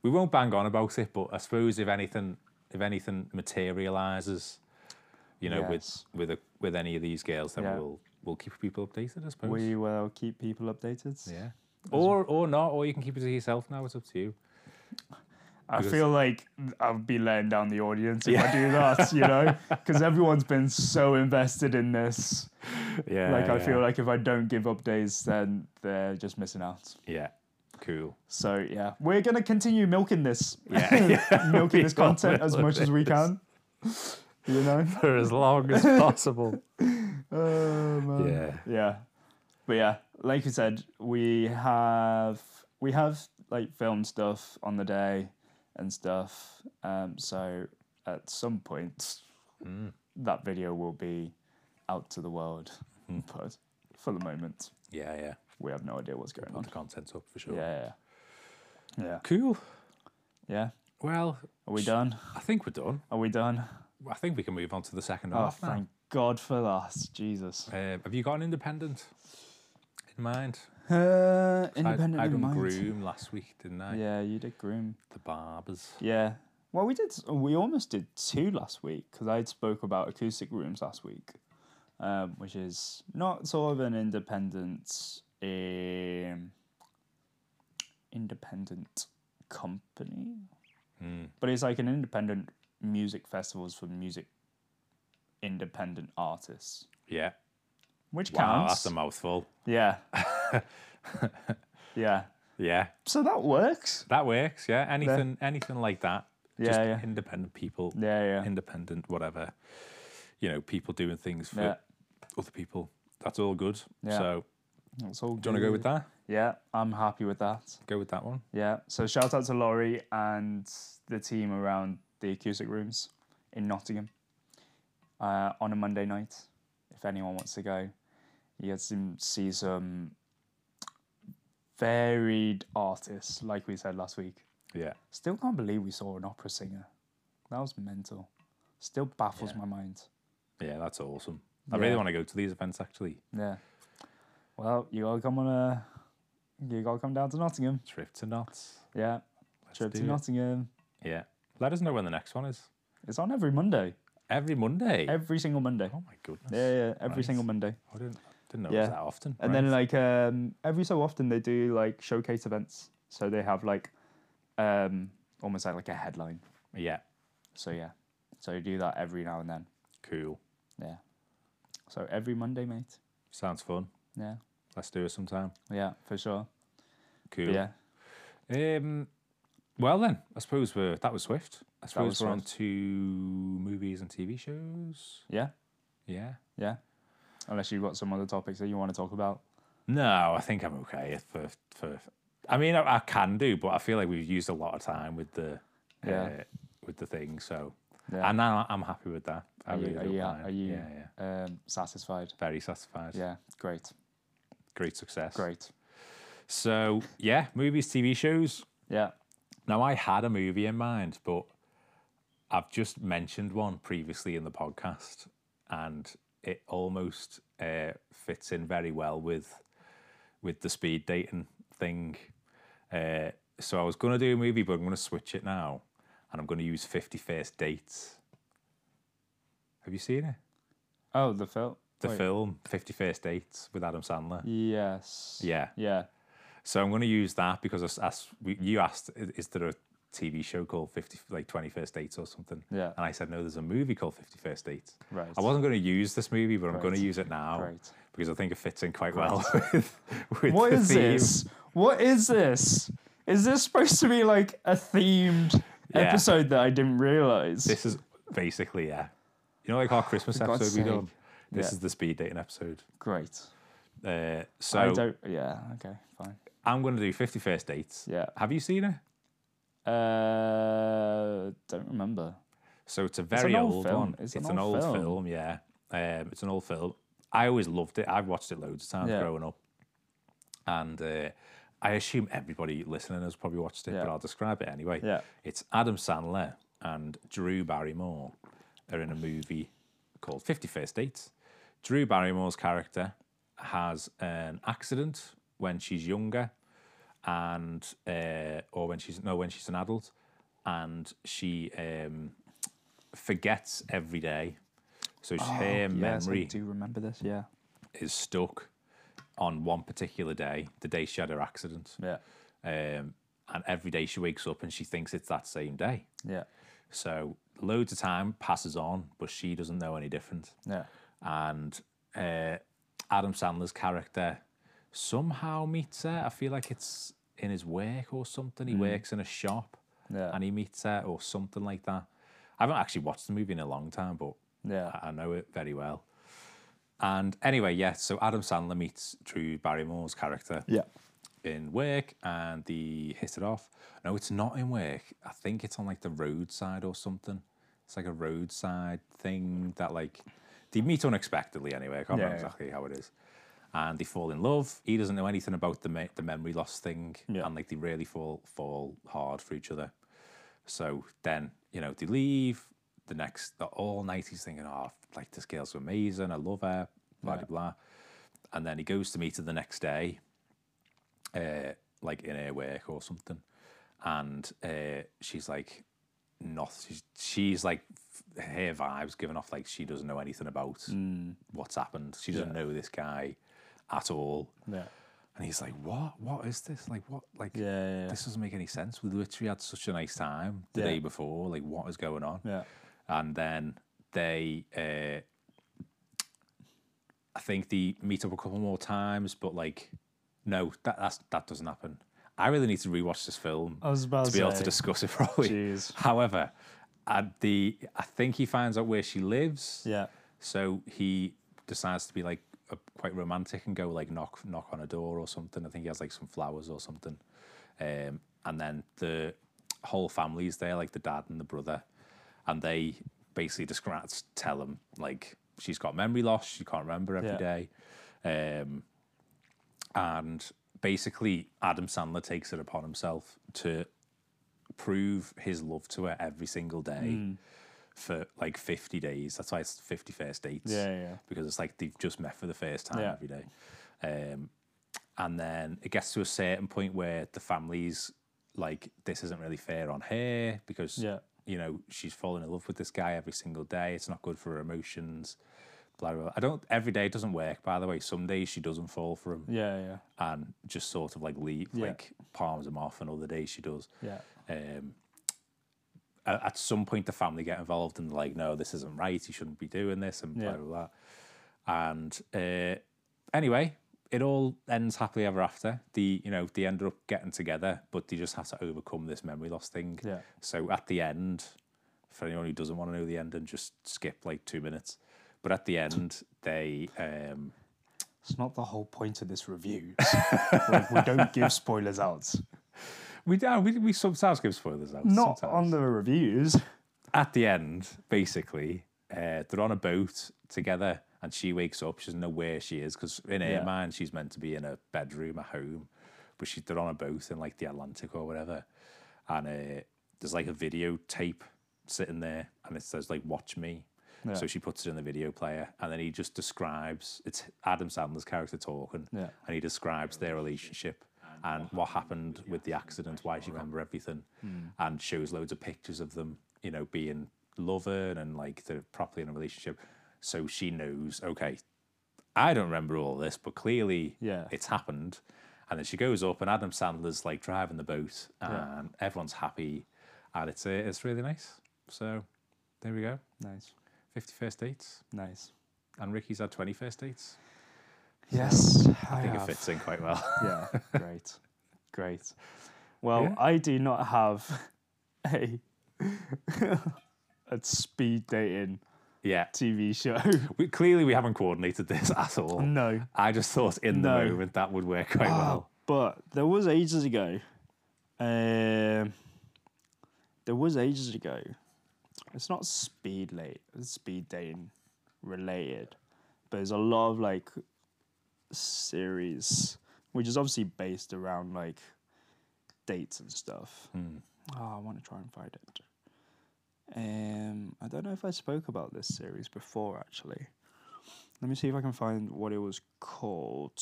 we won't bang on about it, but I suppose if anything, if anything materializes, you know, Yes. with with a, with any of these girls, then Yeah. we'll we'll keep people updated. I suppose. We will keep people updated. yeah. Or or not, or you can keep it to yourself now. It's up to you. I Because- feel like I'll be letting down the audience if I do that, you know? Because everyone's been so invested in this. Yeah. like, I feel like if I don't give updates, then they're just missing out. Yeah. Cool. So, yeah, we're going to continue milking this. Yeah, yeah, milking we this will content as milk much as we this. can. You know? For as long as possible. Oh, man. yeah. yeah but yeah like you said we have we have like film stuff on the day and stuff um so at some point that video will be out to the world but for the moment Yeah. Yeah. we have no idea what's going Put on the content up for sure. yeah yeah yeah Cool. yeah Well, are we done I think we're done. are we done I think we can move on to the second oh half. now. thank god for that jesus Uh, have you got an independent in mind? uh I- independent I, in done mind. groom last week, didn't I? yeah you did groom The barbers. Yeah. Well, we did. We almost did two last week because I spoke about acoustic rooms last week, um, which is not sort of an independent, um, independent company, Mm. but it's like an independent music festivals for music independent artists, Yeah. which Wow, counts. that's a mouthful. yeah. yeah. Yeah, So that works. that works. Yeah, anything, anything like that. Just Yeah, yeah. independent people, Yeah, yeah. independent whatever. You know, people doing things for yeah. other people. That's all good. Yeah. So, That's all do you want to go with that? Yeah, I'm happy with that. Go with that one. Yeah. So shout out to Laurie and the team around the acoustic rooms in Nottingham uh, on a Monday night. If anyone wants to go, you get to see some varied artists, like we said last week. Yeah. Still can't believe we saw an opera singer. That was mental. Still baffles my mind. Yeah, that's awesome. I really Yeah. want to go to these events actually. Yeah. Well, you gotta come on a. You gotta come down to Nottingham. Trip to knots. Yeah. Trip to do it. Nottingham. Yeah. Let us know when the next one is. It's on every Monday. Every Monday. Every single Monday. oh my goodness. Yeah, yeah, every Right. single Monday. I didn't didn't know it Yeah. was that often. And then like um, every so often they do like showcase events. So they have like um, almost like, like a headline. like yeah, So yeah. So you do that every now and then. cool. Yeah. So every Monday, mate. Sounds fun. Yeah. Let's do it sometime. Yeah, for sure. But Cool. yeah. Um. Well then, I suppose we're that was swift. I suppose was we're on swift. to movies and TV shows. Yeah. Yeah. Yeah. Unless you've got some other topics that you want to talk about. No, I think I'm okay for for. I mean, I, I can do, but I feel like we've used a lot of time with the Yeah. uh, with the thing. So, Yeah. and I, I'm happy with that. I Are you- really are don't you- mind. are you- Yeah, yeah. um, satisfied. Very satisfied. Yeah. Great. Great success. Great. So yeah, movies, TV shows. Yeah. Now, I had a movie in mind, but I've just mentioned one previously in the podcast, and it almost uh, fits in very well with with the speed dating thing. Uh, so I was going to do a movie, but I'm going to switch it now, and I'm going to use Fifty First Dates. Have you seen it? Oh, the film. The Wait. film Fifty First Dates with Adam Sandler. Yes. Yeah. Yeah. So I'm going to use that because I s- I s- we- you asked, i- is there a TV show called 50, like 21st Dates or something? Yeah. And I said, no, there's a movie called 51st Dates. Right. I wasn't going to use this movie, but I'm going to Right. use it now Great. because I think it fits in quite well with, with What the is theme. this? What is this? Is this supposed to be like a themed Yeah. episode that I didn't realize? This is basically, yeah. You know, like our Christmas God's episode we sake. done? This Yeah. is the speed dating episode. Great. Uh, I so don't. Yeah. Okay. Fine. I'm going to do 51st Dates. Yeah. Have you seen it? Uh, don't remember. So it's a very an old, old film. one. It's, an, old, film. yeah. Um, it's an old film. I always loved it. I've watched it loads of times Yeah. growing up. And uh, I assume everybody listening has probably watched it, Yeah. but I'll describe it anyway. Yeah. It's Adam Sandler and Drew Barrymore are in a movie called 51st Dates. Drew Barrymore's character has an accident when she's younger and uh, or when she's no when she's an adult and she um, forgets every day so she- her Oh, Yes, I memory do remember this. Yeah. is stuck on one particular day the day she had her accident Yeah. um, and every day she wakes up and she thinks it's that same day Yeah. so loads of time passes on but she doesn't know any different Yeah. and uh, Adam Sandler's character somehow meets her. I feel like it's in his work or something. He works in a shop Yeah. and he meets her or something like that. I haven't actually watched the movie in a long time, but Yeah. I I know it very well. And anyway, yeah, so Adam Sandler meets Drew Barrymore's character Yeah. in work and they hit it off. No, it's not in work. I think it's on like the roadside or something. It's like a roadside thing that like they meet unexpectedly anyway. I can't Yeah, remember yeah. exactly how it is. And they fall in love. He doesn't know anything about the me- the memory loss thing, Yeah. and like they really fall fall hard for each other. So then you know they leave. The next the all night he's thinking, oh, like this girl's amazing. I love her. Blah blah blah. And then he goes to meet her the next day, uh, like in her work or something, and uh, she's like, not she's, she's like f- her vibes giving off like she doesn't know anything about Hmm. what's happened. She doesn't know this guy at all, Yeah. and he's like, what? What is this? Like what? Like Yeah. Yeah. yeah. this doesn't make any sense. We literally had such a nice time the Yeah. day before. Like what is going on? Yeah. and then they uh, I think they meet up a couple more times, but like no, that that's, that doesn't happen. I really need to rewatch this film I was about to be able to discuss it properly. Jeez. However, at the I think he finds out where she lives, Yeah. so he decides to be like a, quite romantic and go like knock knock on a door or something. I think he has like some flowers or something, um, and then the whole family's there, like the dad and the brother, and they basically describe tell him like she's got memory loss, she can't remember every day, um, and basically Adam Sandler takes it upon himself to prove his love to her every single day Hmm. for like 50 days. That's why it's 51st dates. Yeah, yeah, yeah. Because it's like they've just met for the first time Yeah. every day. Um, and then it gets to a certain point where the family's like, this isn't really fair on her because, Yeah. you know, she's falling in love with this guy every single day. It's not good for her emotions. Blah, blah, blah. I don't, every day doesn't work, by the way. Some days she doesn't fall for him Yeah. Yeah. and just sort of like leave, Yeah. like palms him off, and other days she does Yeah. um, a- at some point the family get involved and like, no, this isn't right. You shouldn't be doing this and blah Yeah. blah blah. And uh, anyway, it all ends happily ever after. The you know they ended up getting together, but they just have to overcome this memory loss thing. Yeah. So at the end, for anyone who doesn't want to know the end and just skip like two minutes, but at the end they. Um, It's not the whole point of this review. like, we don't give spoilers out. we, do- we we sometimes give spoilers out. Not sometimes. on the reviews. at the end, basically, uh, they're on a boat together, and she wakes up. She doesn't know where she is because in her Yeah. mind, she's meant to be in a bedroom, a home, but she they're on a boat in like the Atlantic or whatever. And uh, there's like a videotape sitting there, and it says like "Watch me." Yeah. So she puts it in the video player, and then he just describes it's Adam Sandler's character talking, Yeah. and he describes their relationship and what happened with the accident, why she can't remember everything, Hmm. and shows loads of pictures of them, you know, being loving and like they're properly in a relationship. So she knows, okay, I don't remember all this, but clearly Yeah. it's happened. And then she goes up, and Adam Sandler's like driving the boat, and everyone's happy, and it's uh, it's really nice. So there we go, Nice. fifty first dates, Nice. and Ricky's had twenty first dates. Yes. I, I think it have. fits in quite well. yeah, great, great. Well, Yeah. I do not have a a speed dating yeah, TV show. we, clearly we haven't coordinated this at all. no, I just thought in the No. moment that would work quite well. Ah, but there was ages ago. Um, there was ages ago. It's not speed late, speed dating related, but there's a lot of like series, which is obviously based around Hmm. Ah, like dates and stuff. Oh, I want to try and find it. I don't know if I spoke about this series before, actually. Let me see if I can find what it was called.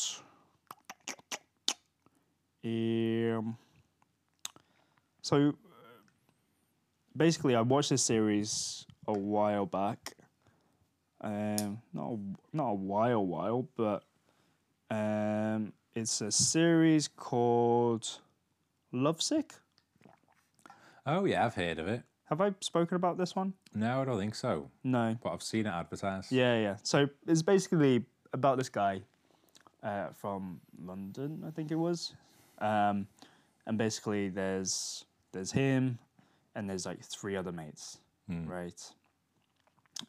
Um, so, uh, basically, I watched this series a while back. Um, not a, not a while, while, but um, it's a series called Lovesick. Oh yeah, I've heard of it. Have I spoken about this one? No, I don't think so. No. But I've seen it advertised. Yeah, yeah. So it's basically about this guy uh, from London, I think it was, um, and basically there's there's him, and there's like three other mates, right?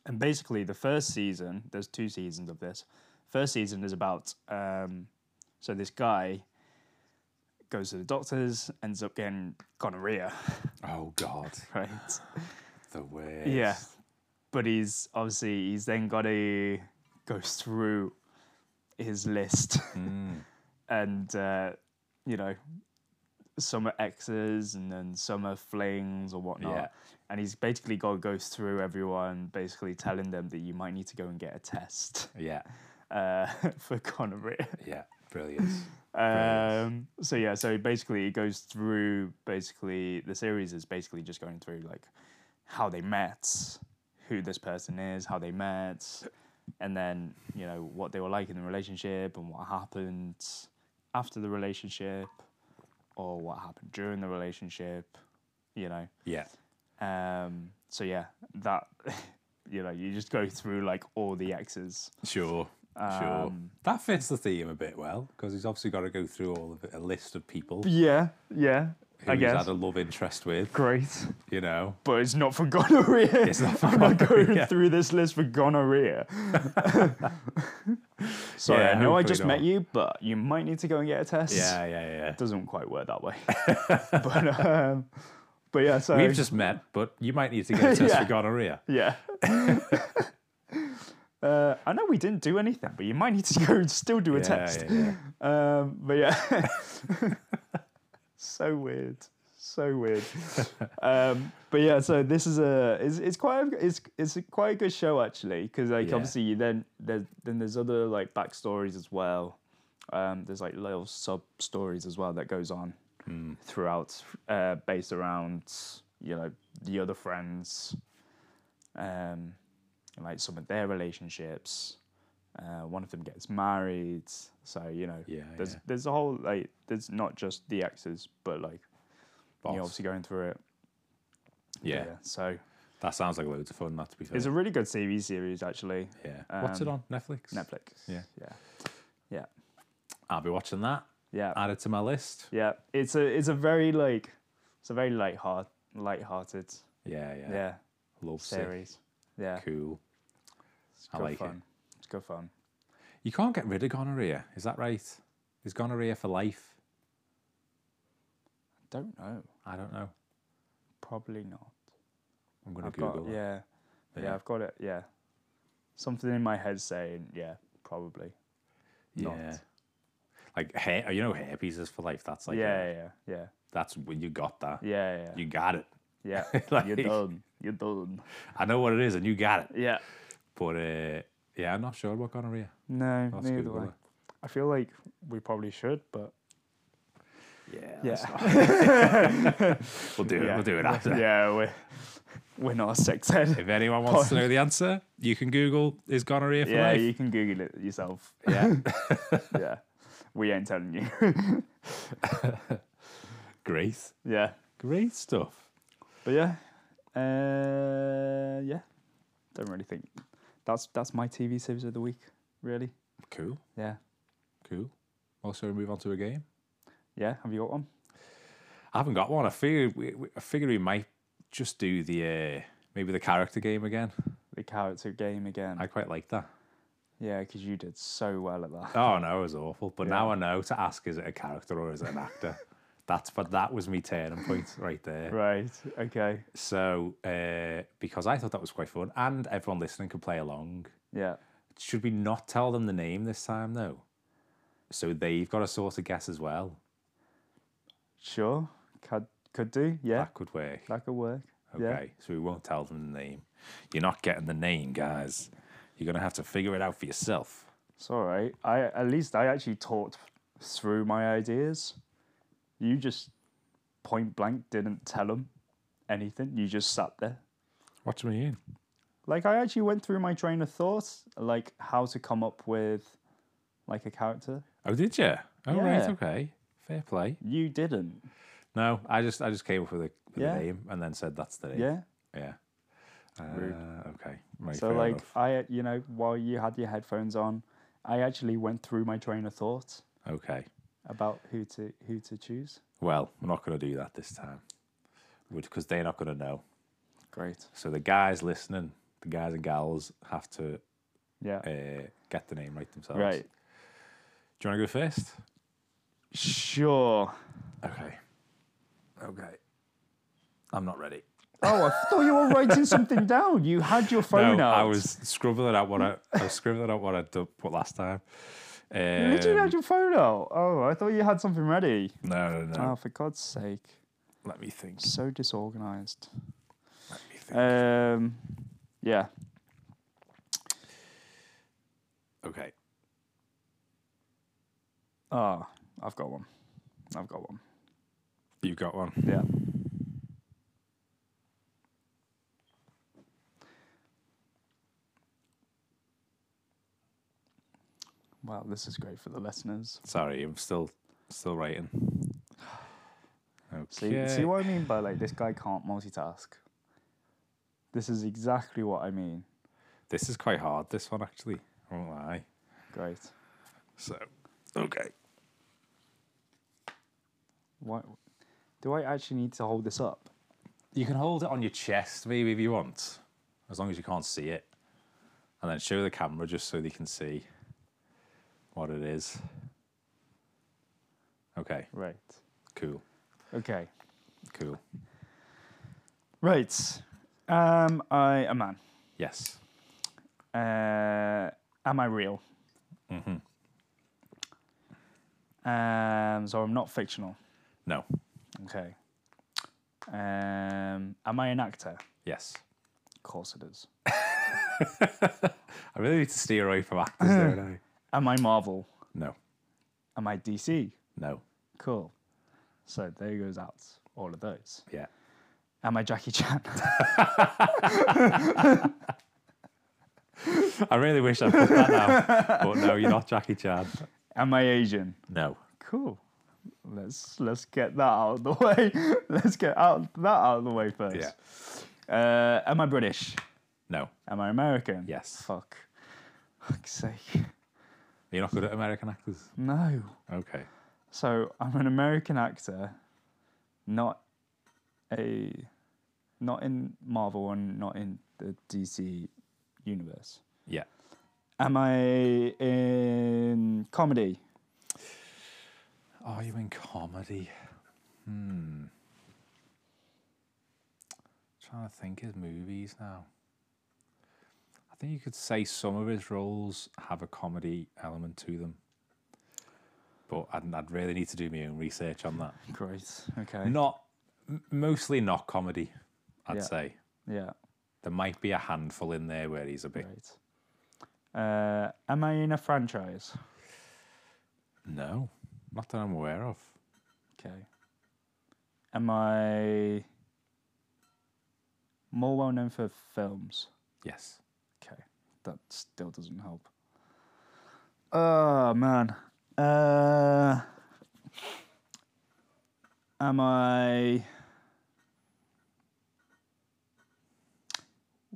And basically the first season, there's two seasons of this. First season is about um, so this guy goes to the doctors, ends up getting gonorrhea, Oh God, right? the worst. Yeah. But he's obviously he's then got to go through his list and uh, you know some are exes and then some are flings or whatnot. Yeah. And he's basically got to go through everyone, basically telling them that you might need to go and get a test Yeah. uh, for gonorrhea. Yeah. Brilliant. Um, so yeah, so basically it goes through basically the series is basically just going through like how they met, who this person is, how they met, and then you know what they were like in the relationship and what happened after the relationship or what happened during the relationship, you know. yeah. Um, so yeah, that you know, you just go through like all the exes. Um, Sure. sure. Um, That fits the theme a bit well because he's obviously got to go through all of it, a list of people who Yeah, yeah. I he's guess had a love interest with. great. You know. but it's not for gonorrhea. It's not for I'm not going gonorrhea. through this list for gonorrhea. Sorry, Yeah, I know I hopefully just met not. you, but you might need to go and get a test. Yeah. Yeah. Yeah. doesn't quite work that way. but um, but yeah, so We've just met, but you might need to get a test Yeah. for gonorrhea. yeah. Uh, I know we didn't do anything, but you might need to go and still do a Yeah, test. yeah, yeah. Um, but yeah, so weird, so weird. um, but yeah, so this is a it's, it's quite a, it's it's a quite a good show actually because like Yeah. obviously you then there's then there's other like backstories as well. Um, there's like little sub stories as well that goes on Hmm, throughout, uh, based around you know the other friends, um, and, like some of their relationships. Uh, one of them gets married, so you know Yeah, there's yeah. there's a whole like there's not just the exes, but like Boss. you're obviously going through it. yeah. So That sounds like loads of fun. That to be fair. it's a really good TV series actually. yeah. What's it on Netflix? Um, Netflix. Yeah. Yeah. Yeah. I'll be watching that. Yeah. Add it to my list. yeah. It's a it's a very like it's a very light heart light hearted Yeah. Yeah. yeah, Love sick. series. Yeah. Cool. It's I good like it. fun. It's good fun. You can't get rid of gonorrhea. Is that right? Is gonorrhea for life? Don't know. I don't know. Probably not. I'm going to I've Google got that. yeah. yeah. Yeah. I've got it. Yeah. Something in my head saying, yeah, probably. Yeah. not. Like hair, you know, herpes is for life. That's like, uh, yeah, yeah, yeah. that's when you got that. Yeah, yeah. You got it. Yeah, Like- you're done. You're done. I know what it is, and you got it. Yeah. But uh, yeah, I'm not sure about gonorrhea. No, That's neither good, do I. wasn't I feel like we probably should, but Yeah, yeah, we'll do it. Yeah. We'll do it after. yeah, we're we're not a sex head. If anyone wants to know the answer, you can Google is gonorrhea for Yeah, life. you can Google it yourself. Yeah, yeah, we ain't telling you. great, yeah, great stuff. but yeah, uh, yeah. Don't really think that's that's my TV series of the week. Really, Cool, yeah, cool. Also, move on to a game. yeah. Have you got one? I haven't got one. I figure we, we- I figure we might just do the uh, maybe the character game again. The character game again. I quite like that. Yeah, because you did so well at that. Oh no, it was awful. But now I know to ask is it a character or is it an actor. That's but that was me turning point right there. Right. Okay. So uh, because I thought that was quite fun, and everyone listening could play along. Yeah. Should we not tell them the name this time though? So they've got a sort of guess as well. Sure. Could could do. Yeah. That could work. That could work. Okay, so we won't tell them the name. You're not getting the name, guys. You're gonna have to figure it out for yourself. It's all right. I at least I actually talked through my ideas. You just point blank didn't tell them anything. You just sat there. What do you mean? Like I actually went through my train of thought, like how to come up with like a character. Oh, did you? Oh, right. Yeah. Okay. Fair play. You didn't. No, I just I just came up with a, with Yeah. a name and then said that's the name. Yeah. Yeah. Rude. Uh, okay. Right, So fair like enough. I you know, while you had your headphones on, I actually went through my train of thought Okay. about who to who to choose. Well, we're not going to do that this time, because they're not going to know. Great. So the guys listening, the guys and gals, have to Yeah. uh, get the name right themselves. Right. Do you want to go first? Sure. Okay. Okay. I'm not ready. Oh, I thought you were writing something down. You had your phone no, out. I was scribbling out what I, I was scribbling out what I did put last time. Um, You literally had your phone out. Oh, I thought you had something ready. no, no, no. Oh, for God's sake. Oh. Let me think. So disorganized. Let me think. Um, yeah. okay. Oh, I've got one. I've got one. You got one. Yeah. Wow, this is great for the listeners. Sorry, I'm still still writing. See, Okay. see what I mean by like this guy can't multitask. This is exactly what I mean. This is quite hard. This one actually. I won't lie. Great. So okay. Why do I actually need to hold this up? You can hold it on your chest maybe if you want, as long as you can't see it, and then show the camera just so they can see what it is. Okay. Right. Cool. Okay. Cool. Right. Um, I a man. Yes. Uh, am I real? Mhm. Um, so I'm not fictional. No. Okay. Um, am I an actor? Yes. Of course it is. I really need to steer away from actors, don't I? Am I Marvel? No. Am I DC? No. Cool. So there goes out all of those. Yeah. Am I Jackie Chan? I really wish I put that now, but no, you're not Jackie Chan. am I Asian? No. Cool. Let's let's get that out of the way. let's get out that out of the way first. Yeah. Uh, am I British? No. Am I American? Yes. Fuck. Fuck's sake. You're not good at American actors. No. Okay. So I'm an American actor, not a, not in Marvel and not in the DC universe. Yeah. Am I in comedy? Are you in comedy? Hmm. trying to think of movies now. I think you could say some of his roles have a comedy element to them. But I'd, I'd really need to do my own research on that. Great. Okay. Not, m- mostly not comedy, I'd Yeah. say. Yeah. There might be a handful in there where he's a bit, Right. Uh, am I in a franchise? no, not that I'm aware of. Okay. Am I more well known for films? Yes. Okay, that still doesn't help. Oh man. Uh, am I?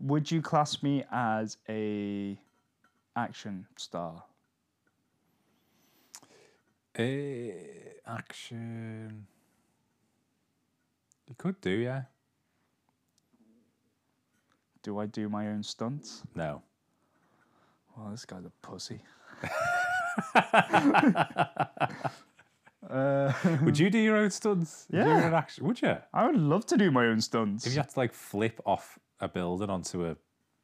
Would you class me as a action star? Eh, action. You could do, yeah. Do I do my own stunts? No. Well, this guy's a pussy. uh, Would you do your own stunts? Would you do your Yeah. own action? Would you? I would love to do my own stunts. If you had to like flip off a building onto a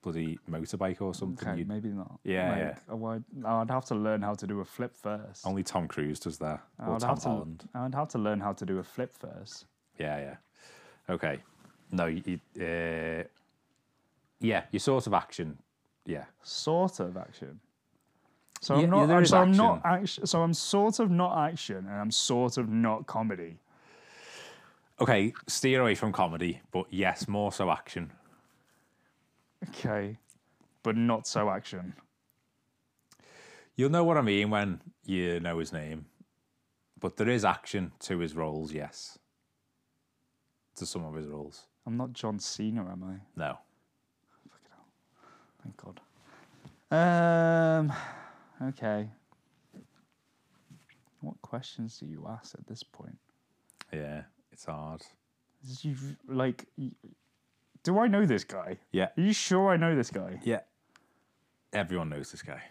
bloody motorbike or something, okay, you'd, maybe not. Yeah, like, yeah. I would, I'd have to learn how to do a flip first. only Tom Cruise does that. Or I'd Tom have to, Holland. I'd have to learn how to do a flip first. Yeah, yeah. Okay. No, you, uh, yeah, your sort of action. Yeah, Sort of action. So Yeah, I'm not. yeah, there I'm- is so I'm not action. So I'm sort of not action, and I'm sort of not comedy. okay, steer away from comedy, but yes, more so action. Okay, but not so action. You'll know what I mean when you know his name, but there is action to his roles. Yes, to some of his roles. I'm not John Cena, am I? No, Thank God. Um. Okay. What questions do you ask at this point? yeah, it's hard. Is You like, y- do I know this guy? Yeah. Are you sure I know this guy? Yeah, everyone knows this guy.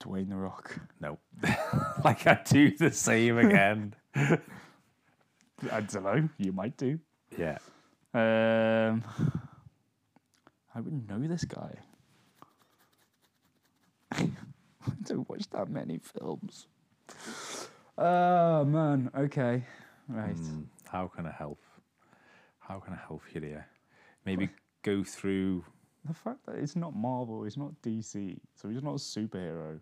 Dwayne the Rock. No, like I do the same again. I don't know. You might do. yeah. Um, I wouldn't know this guy. I don't watch that many films. Oh man. Okay. Right. Mm, how can I help? How can I help you there? Maybe go through. The fact that it's not Marvel, it's not DC, so he's not a superhero.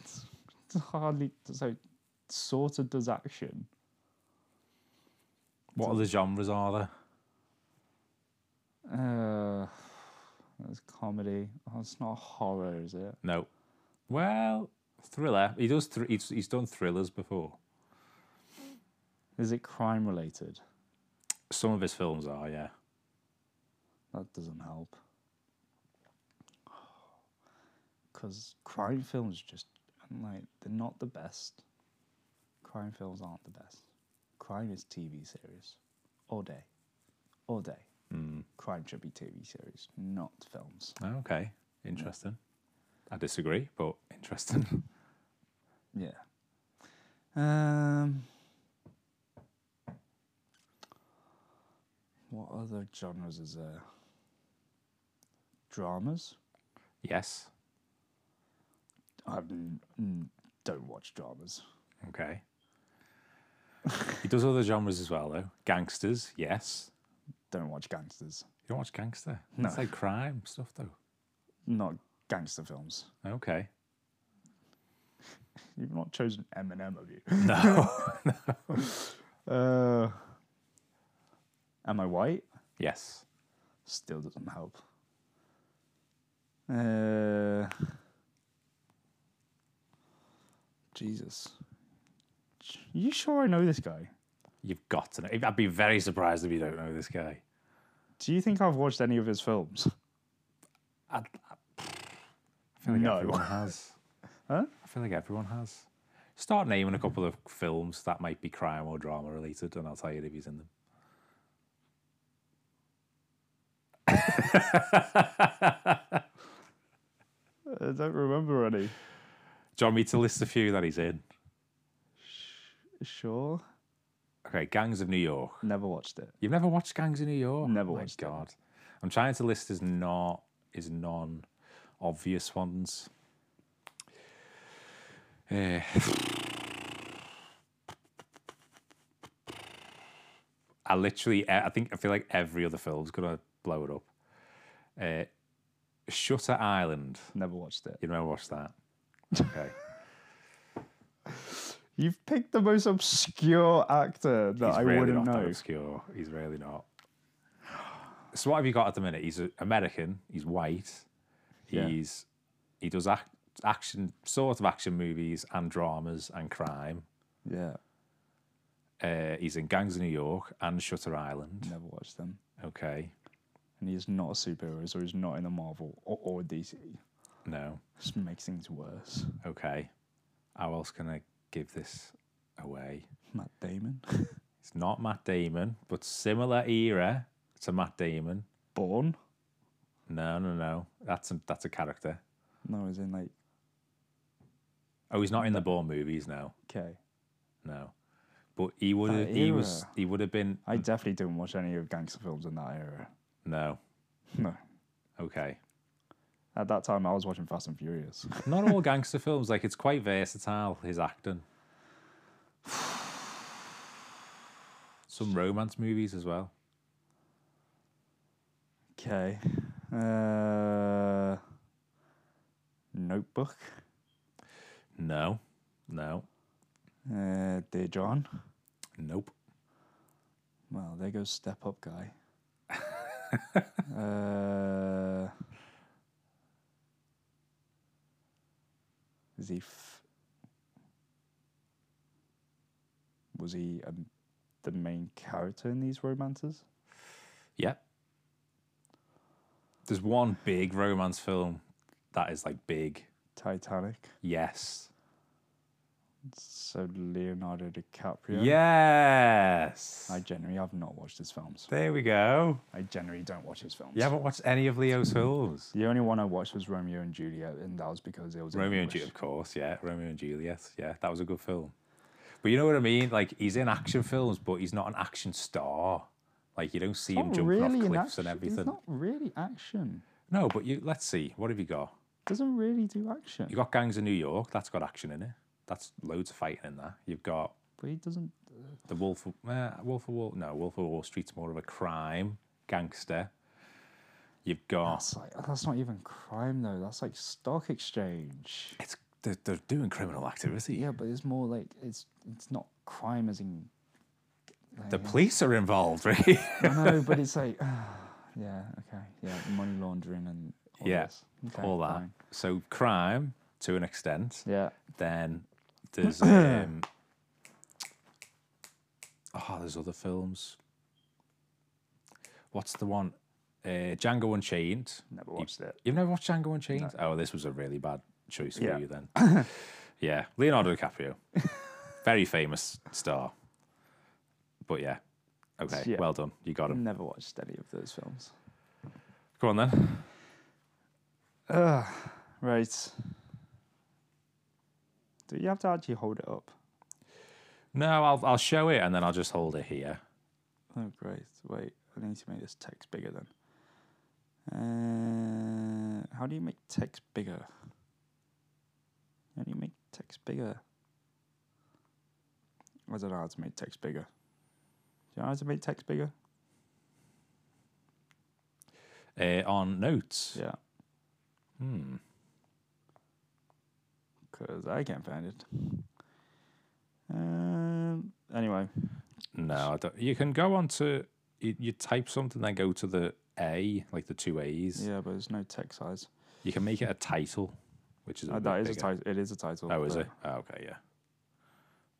It's, it's hardly so. Sort of does action. What other genres are there? Uh, that's comedy. Oh, it's not horror, is it? No. Well, thriller. He does. Thr- he's, he's done thrillers before. Is it crime related? Some of his films are. Yeah. That doesn't help. Because crime films just, I'm like, they're not the best. Crime films aren't the best. Crime is TV series. All day. All day. Mm. Crime should be TV series, not films. Okay. Interesting. I disagree, but interesting. Yeah. Um. What other genres is there? Dramas? yes. I n- n- don't watch dramas. Okay. he does other genres as well, though. Gangsters. Yes. Don't watch gangsters. You don't watch gangster. No. It's like crime stuff, though. Not gangster films. Okay. You've not chosen Eminem, have you? No. Uh, am I white? yes. Still doesn't help. Uh, Jesus. You sure I know this guy? You've got to know. I'd be very surprised if you don't know this guy. Do you think I've watched any of his films? I, I, I feel like No. everyone has. Huh? Mm-hmm. I feel like everyone has. Start naming a couple of films that might be crime or drama related, and I'll tell you if he's in them. I don't remember any. Do you want me to list a few that he's in? Sure. Okay, Gangs of New York. Never watched it. You've never watched Gangs of New York? Never My watched it. God. I'm trying to list his not his non obvious ones. Eh. I literally, eh, I think, I feel like every other film's gonna blow it up. Uh, Shutter Island. Never watched it. You never watched that? Okay. You've picked the most obscure actor that He's I really wouldn't not that know. obscure. He's really not. So what have you got at the minute? He's a- American. He's white. Yeah. He's he does ac- action sort of action movies and dramas and crime. Yeah, Uh, he's in Gangs of New York and Shutter Island. never watched them. Okay, And he's not a superhero, so he's not in a Marvel or, or DC. no. Just makes things worse. Okay, how else can I give this away? Matt Damon. It's not Matt Damon, but similar era to Matt Damon. Born? No, no, no. That's a, that's a character. No, as in like, Oh, he's not in the Bourne movies now. okay. No, but he would have. That He was. era. He would have been. I definitely didn't watch any of gangster films in that era. No. No. Okay. At that time, I was watching Fast and Furious. Not all gangster films. Like it's quite versatile. His acting. Some romance movies as well. Okay. Uh, notebook. No, no, Uh, Dear John. nope. Well, there goes Step Up Guy. uh, is he? F- was he um, the main character in these romances? Yeah. There's one big romance film that is like big. Titanic. Yes. So Leonardo DiCaprio. Yes. I generally have not watched his films. there we go. I generally don't watch his films. You haven't watched any of Leo's films. The only one I watched was Romeo and Juliet, and that was because it was in Romeo and English. Juliet, of course, yeah. Romeo and Juliet, yeah. That was a good film. But you know what I mean? Like, he's in action films, but he's not an action star. Like, you don't see him Not jumping really off an cliffs and action- everything. It's not really action. No, but you let's see. What have you got? Doesn't really do action. You got Gangs of New York. That's got action in it. That's loads of fighting in there. You've got But he doesn't. the Wolf of, uh, Wolf of Wall. No, Wolf of Wall Street's more of a crime gangster. You've got That's like that's not even crime though. That's like stock exchange. it's they're, they're doing criminal activity. Yeah, but it's more like it's it's not crime as in. The police are involved, really. I know, but it's like, yeah, okay, yeah, money laundering and. All Yeah, this. Okay, All that. fine. So crime to an extent. Yeah. Then there's um, oh, there's other films. What's the one? Uh, Django Unchained. Never watched it. You've never watched Django Unchained? Oh, this was a really bad choice for Yeah. you then. yeah, Leonardo DiCaprio, very famous star. But yeah, okay, Yeah. Mm. well done. You got him. Never watched any of those films. Go on then. Ugh, right. Do you have to actually hold it up? No, I'll I'll show it and then I'll just hold it here. Oh, great. Wait, I need to make this text bigger then. Uh, how do you make text bigger? How do you make text bigger? I don't know how to make text bigger. Do you know how to make text bigger? Uh, on notes. Yeah, Hmm. because I can't find it. Um. Anyway, No, I don't. You can go on to you, you type something, then go to the A, like the two A's. yeah, but there's no text size. You can make it a title, which is a Uh, that bit is a bigger. title. It is a title. Oh, is but- it? Oh, okay, yeah.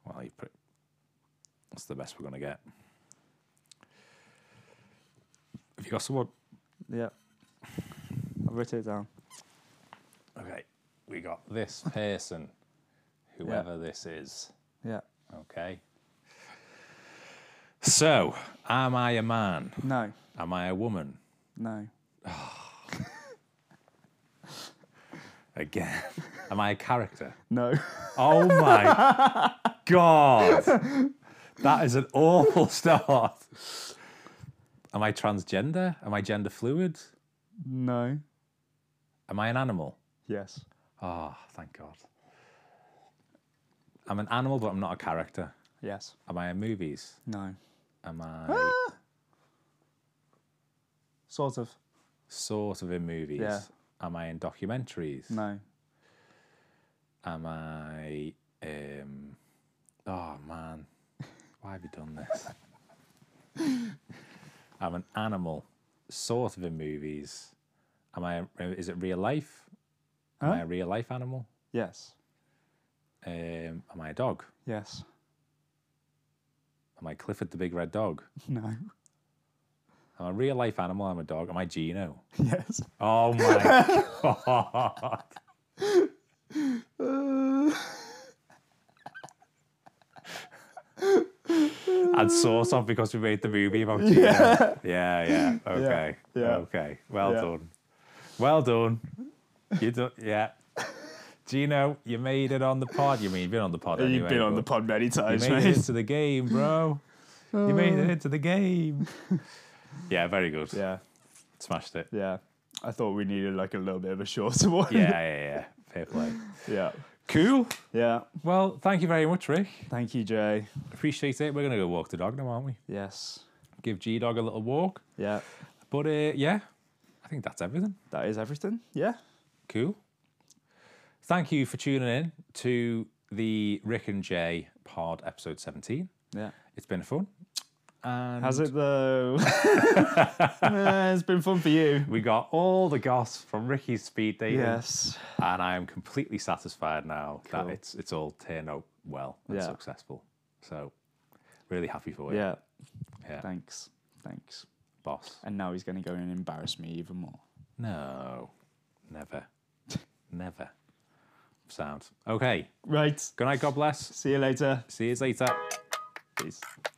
Well, you put that's the best we're gonna get. Have you got someone? Yeah. I've written it down. Okay, we got this person, whoever this is. Yeah. Okay. So, am I a man? No. Am I a woman? No. Again. Am I a character? No. Oh my god. That is an awful start. Am I transgender? Am I gender fluid? no. Am I an animal? Yes. Ah, thank God. I'm an animal, but I'm not a character. Yes. Am I in movies? No. Am I Sort of. sort of in movies? Yeah. Am I in documentaries? No. Am I? Um, oh man, why have you done this? I'm an animal, sort of in movies. Am I? Is it real life? Am I Huh? a real life animal? Yes. Um, am I a dog? Yes. Am I Clifford the Big Red Dog? No. I'm a real life animal. I'm a dog. Am I Gino? Yes. Oh my god! and sort of because we made the movie about Gino. Yeah, yeah, Okay, yeah. okay. Well Yeah. done. Well done. You do, yeah. Gino, you made it on the pod. You mean you've been on the pod anyway? You've been on the but- pod many you times, made it into the game, bro. You made it into the game. yeah, very good. Yeah. Smashed it. Yeah. I thought we needed like a little bit of a shorter one. Yeah, yeah, yeah. Fair play. yeah. Cool. Yeah. Well, thank you very much, Rick. Thank you, Jay. Appreciate it. We're going to go walk the dog now, aren't we? Yes. Give G Dog a little walk. Yeah. But uh, yeah, I think that's everything. That is everything. Yeah. Cool. Thank you for tuning in to the Rick and Jay pod episode 17. Yeah. It's been fun. And Has it though? Nah, it's been fun for you. we got all the goss from Ricky's speed dating. Yes. And I am completely satisfied now Cool. that it's it's all turned out well and Yeah. successful. So really happy for you, Yeah. Yeah. Thanks. Thanks. boss. And now he's going to go and embarrass me even more. No. Never. never. Sound. Okay. Right. Good night, God bless. See you later. See you later. Peace.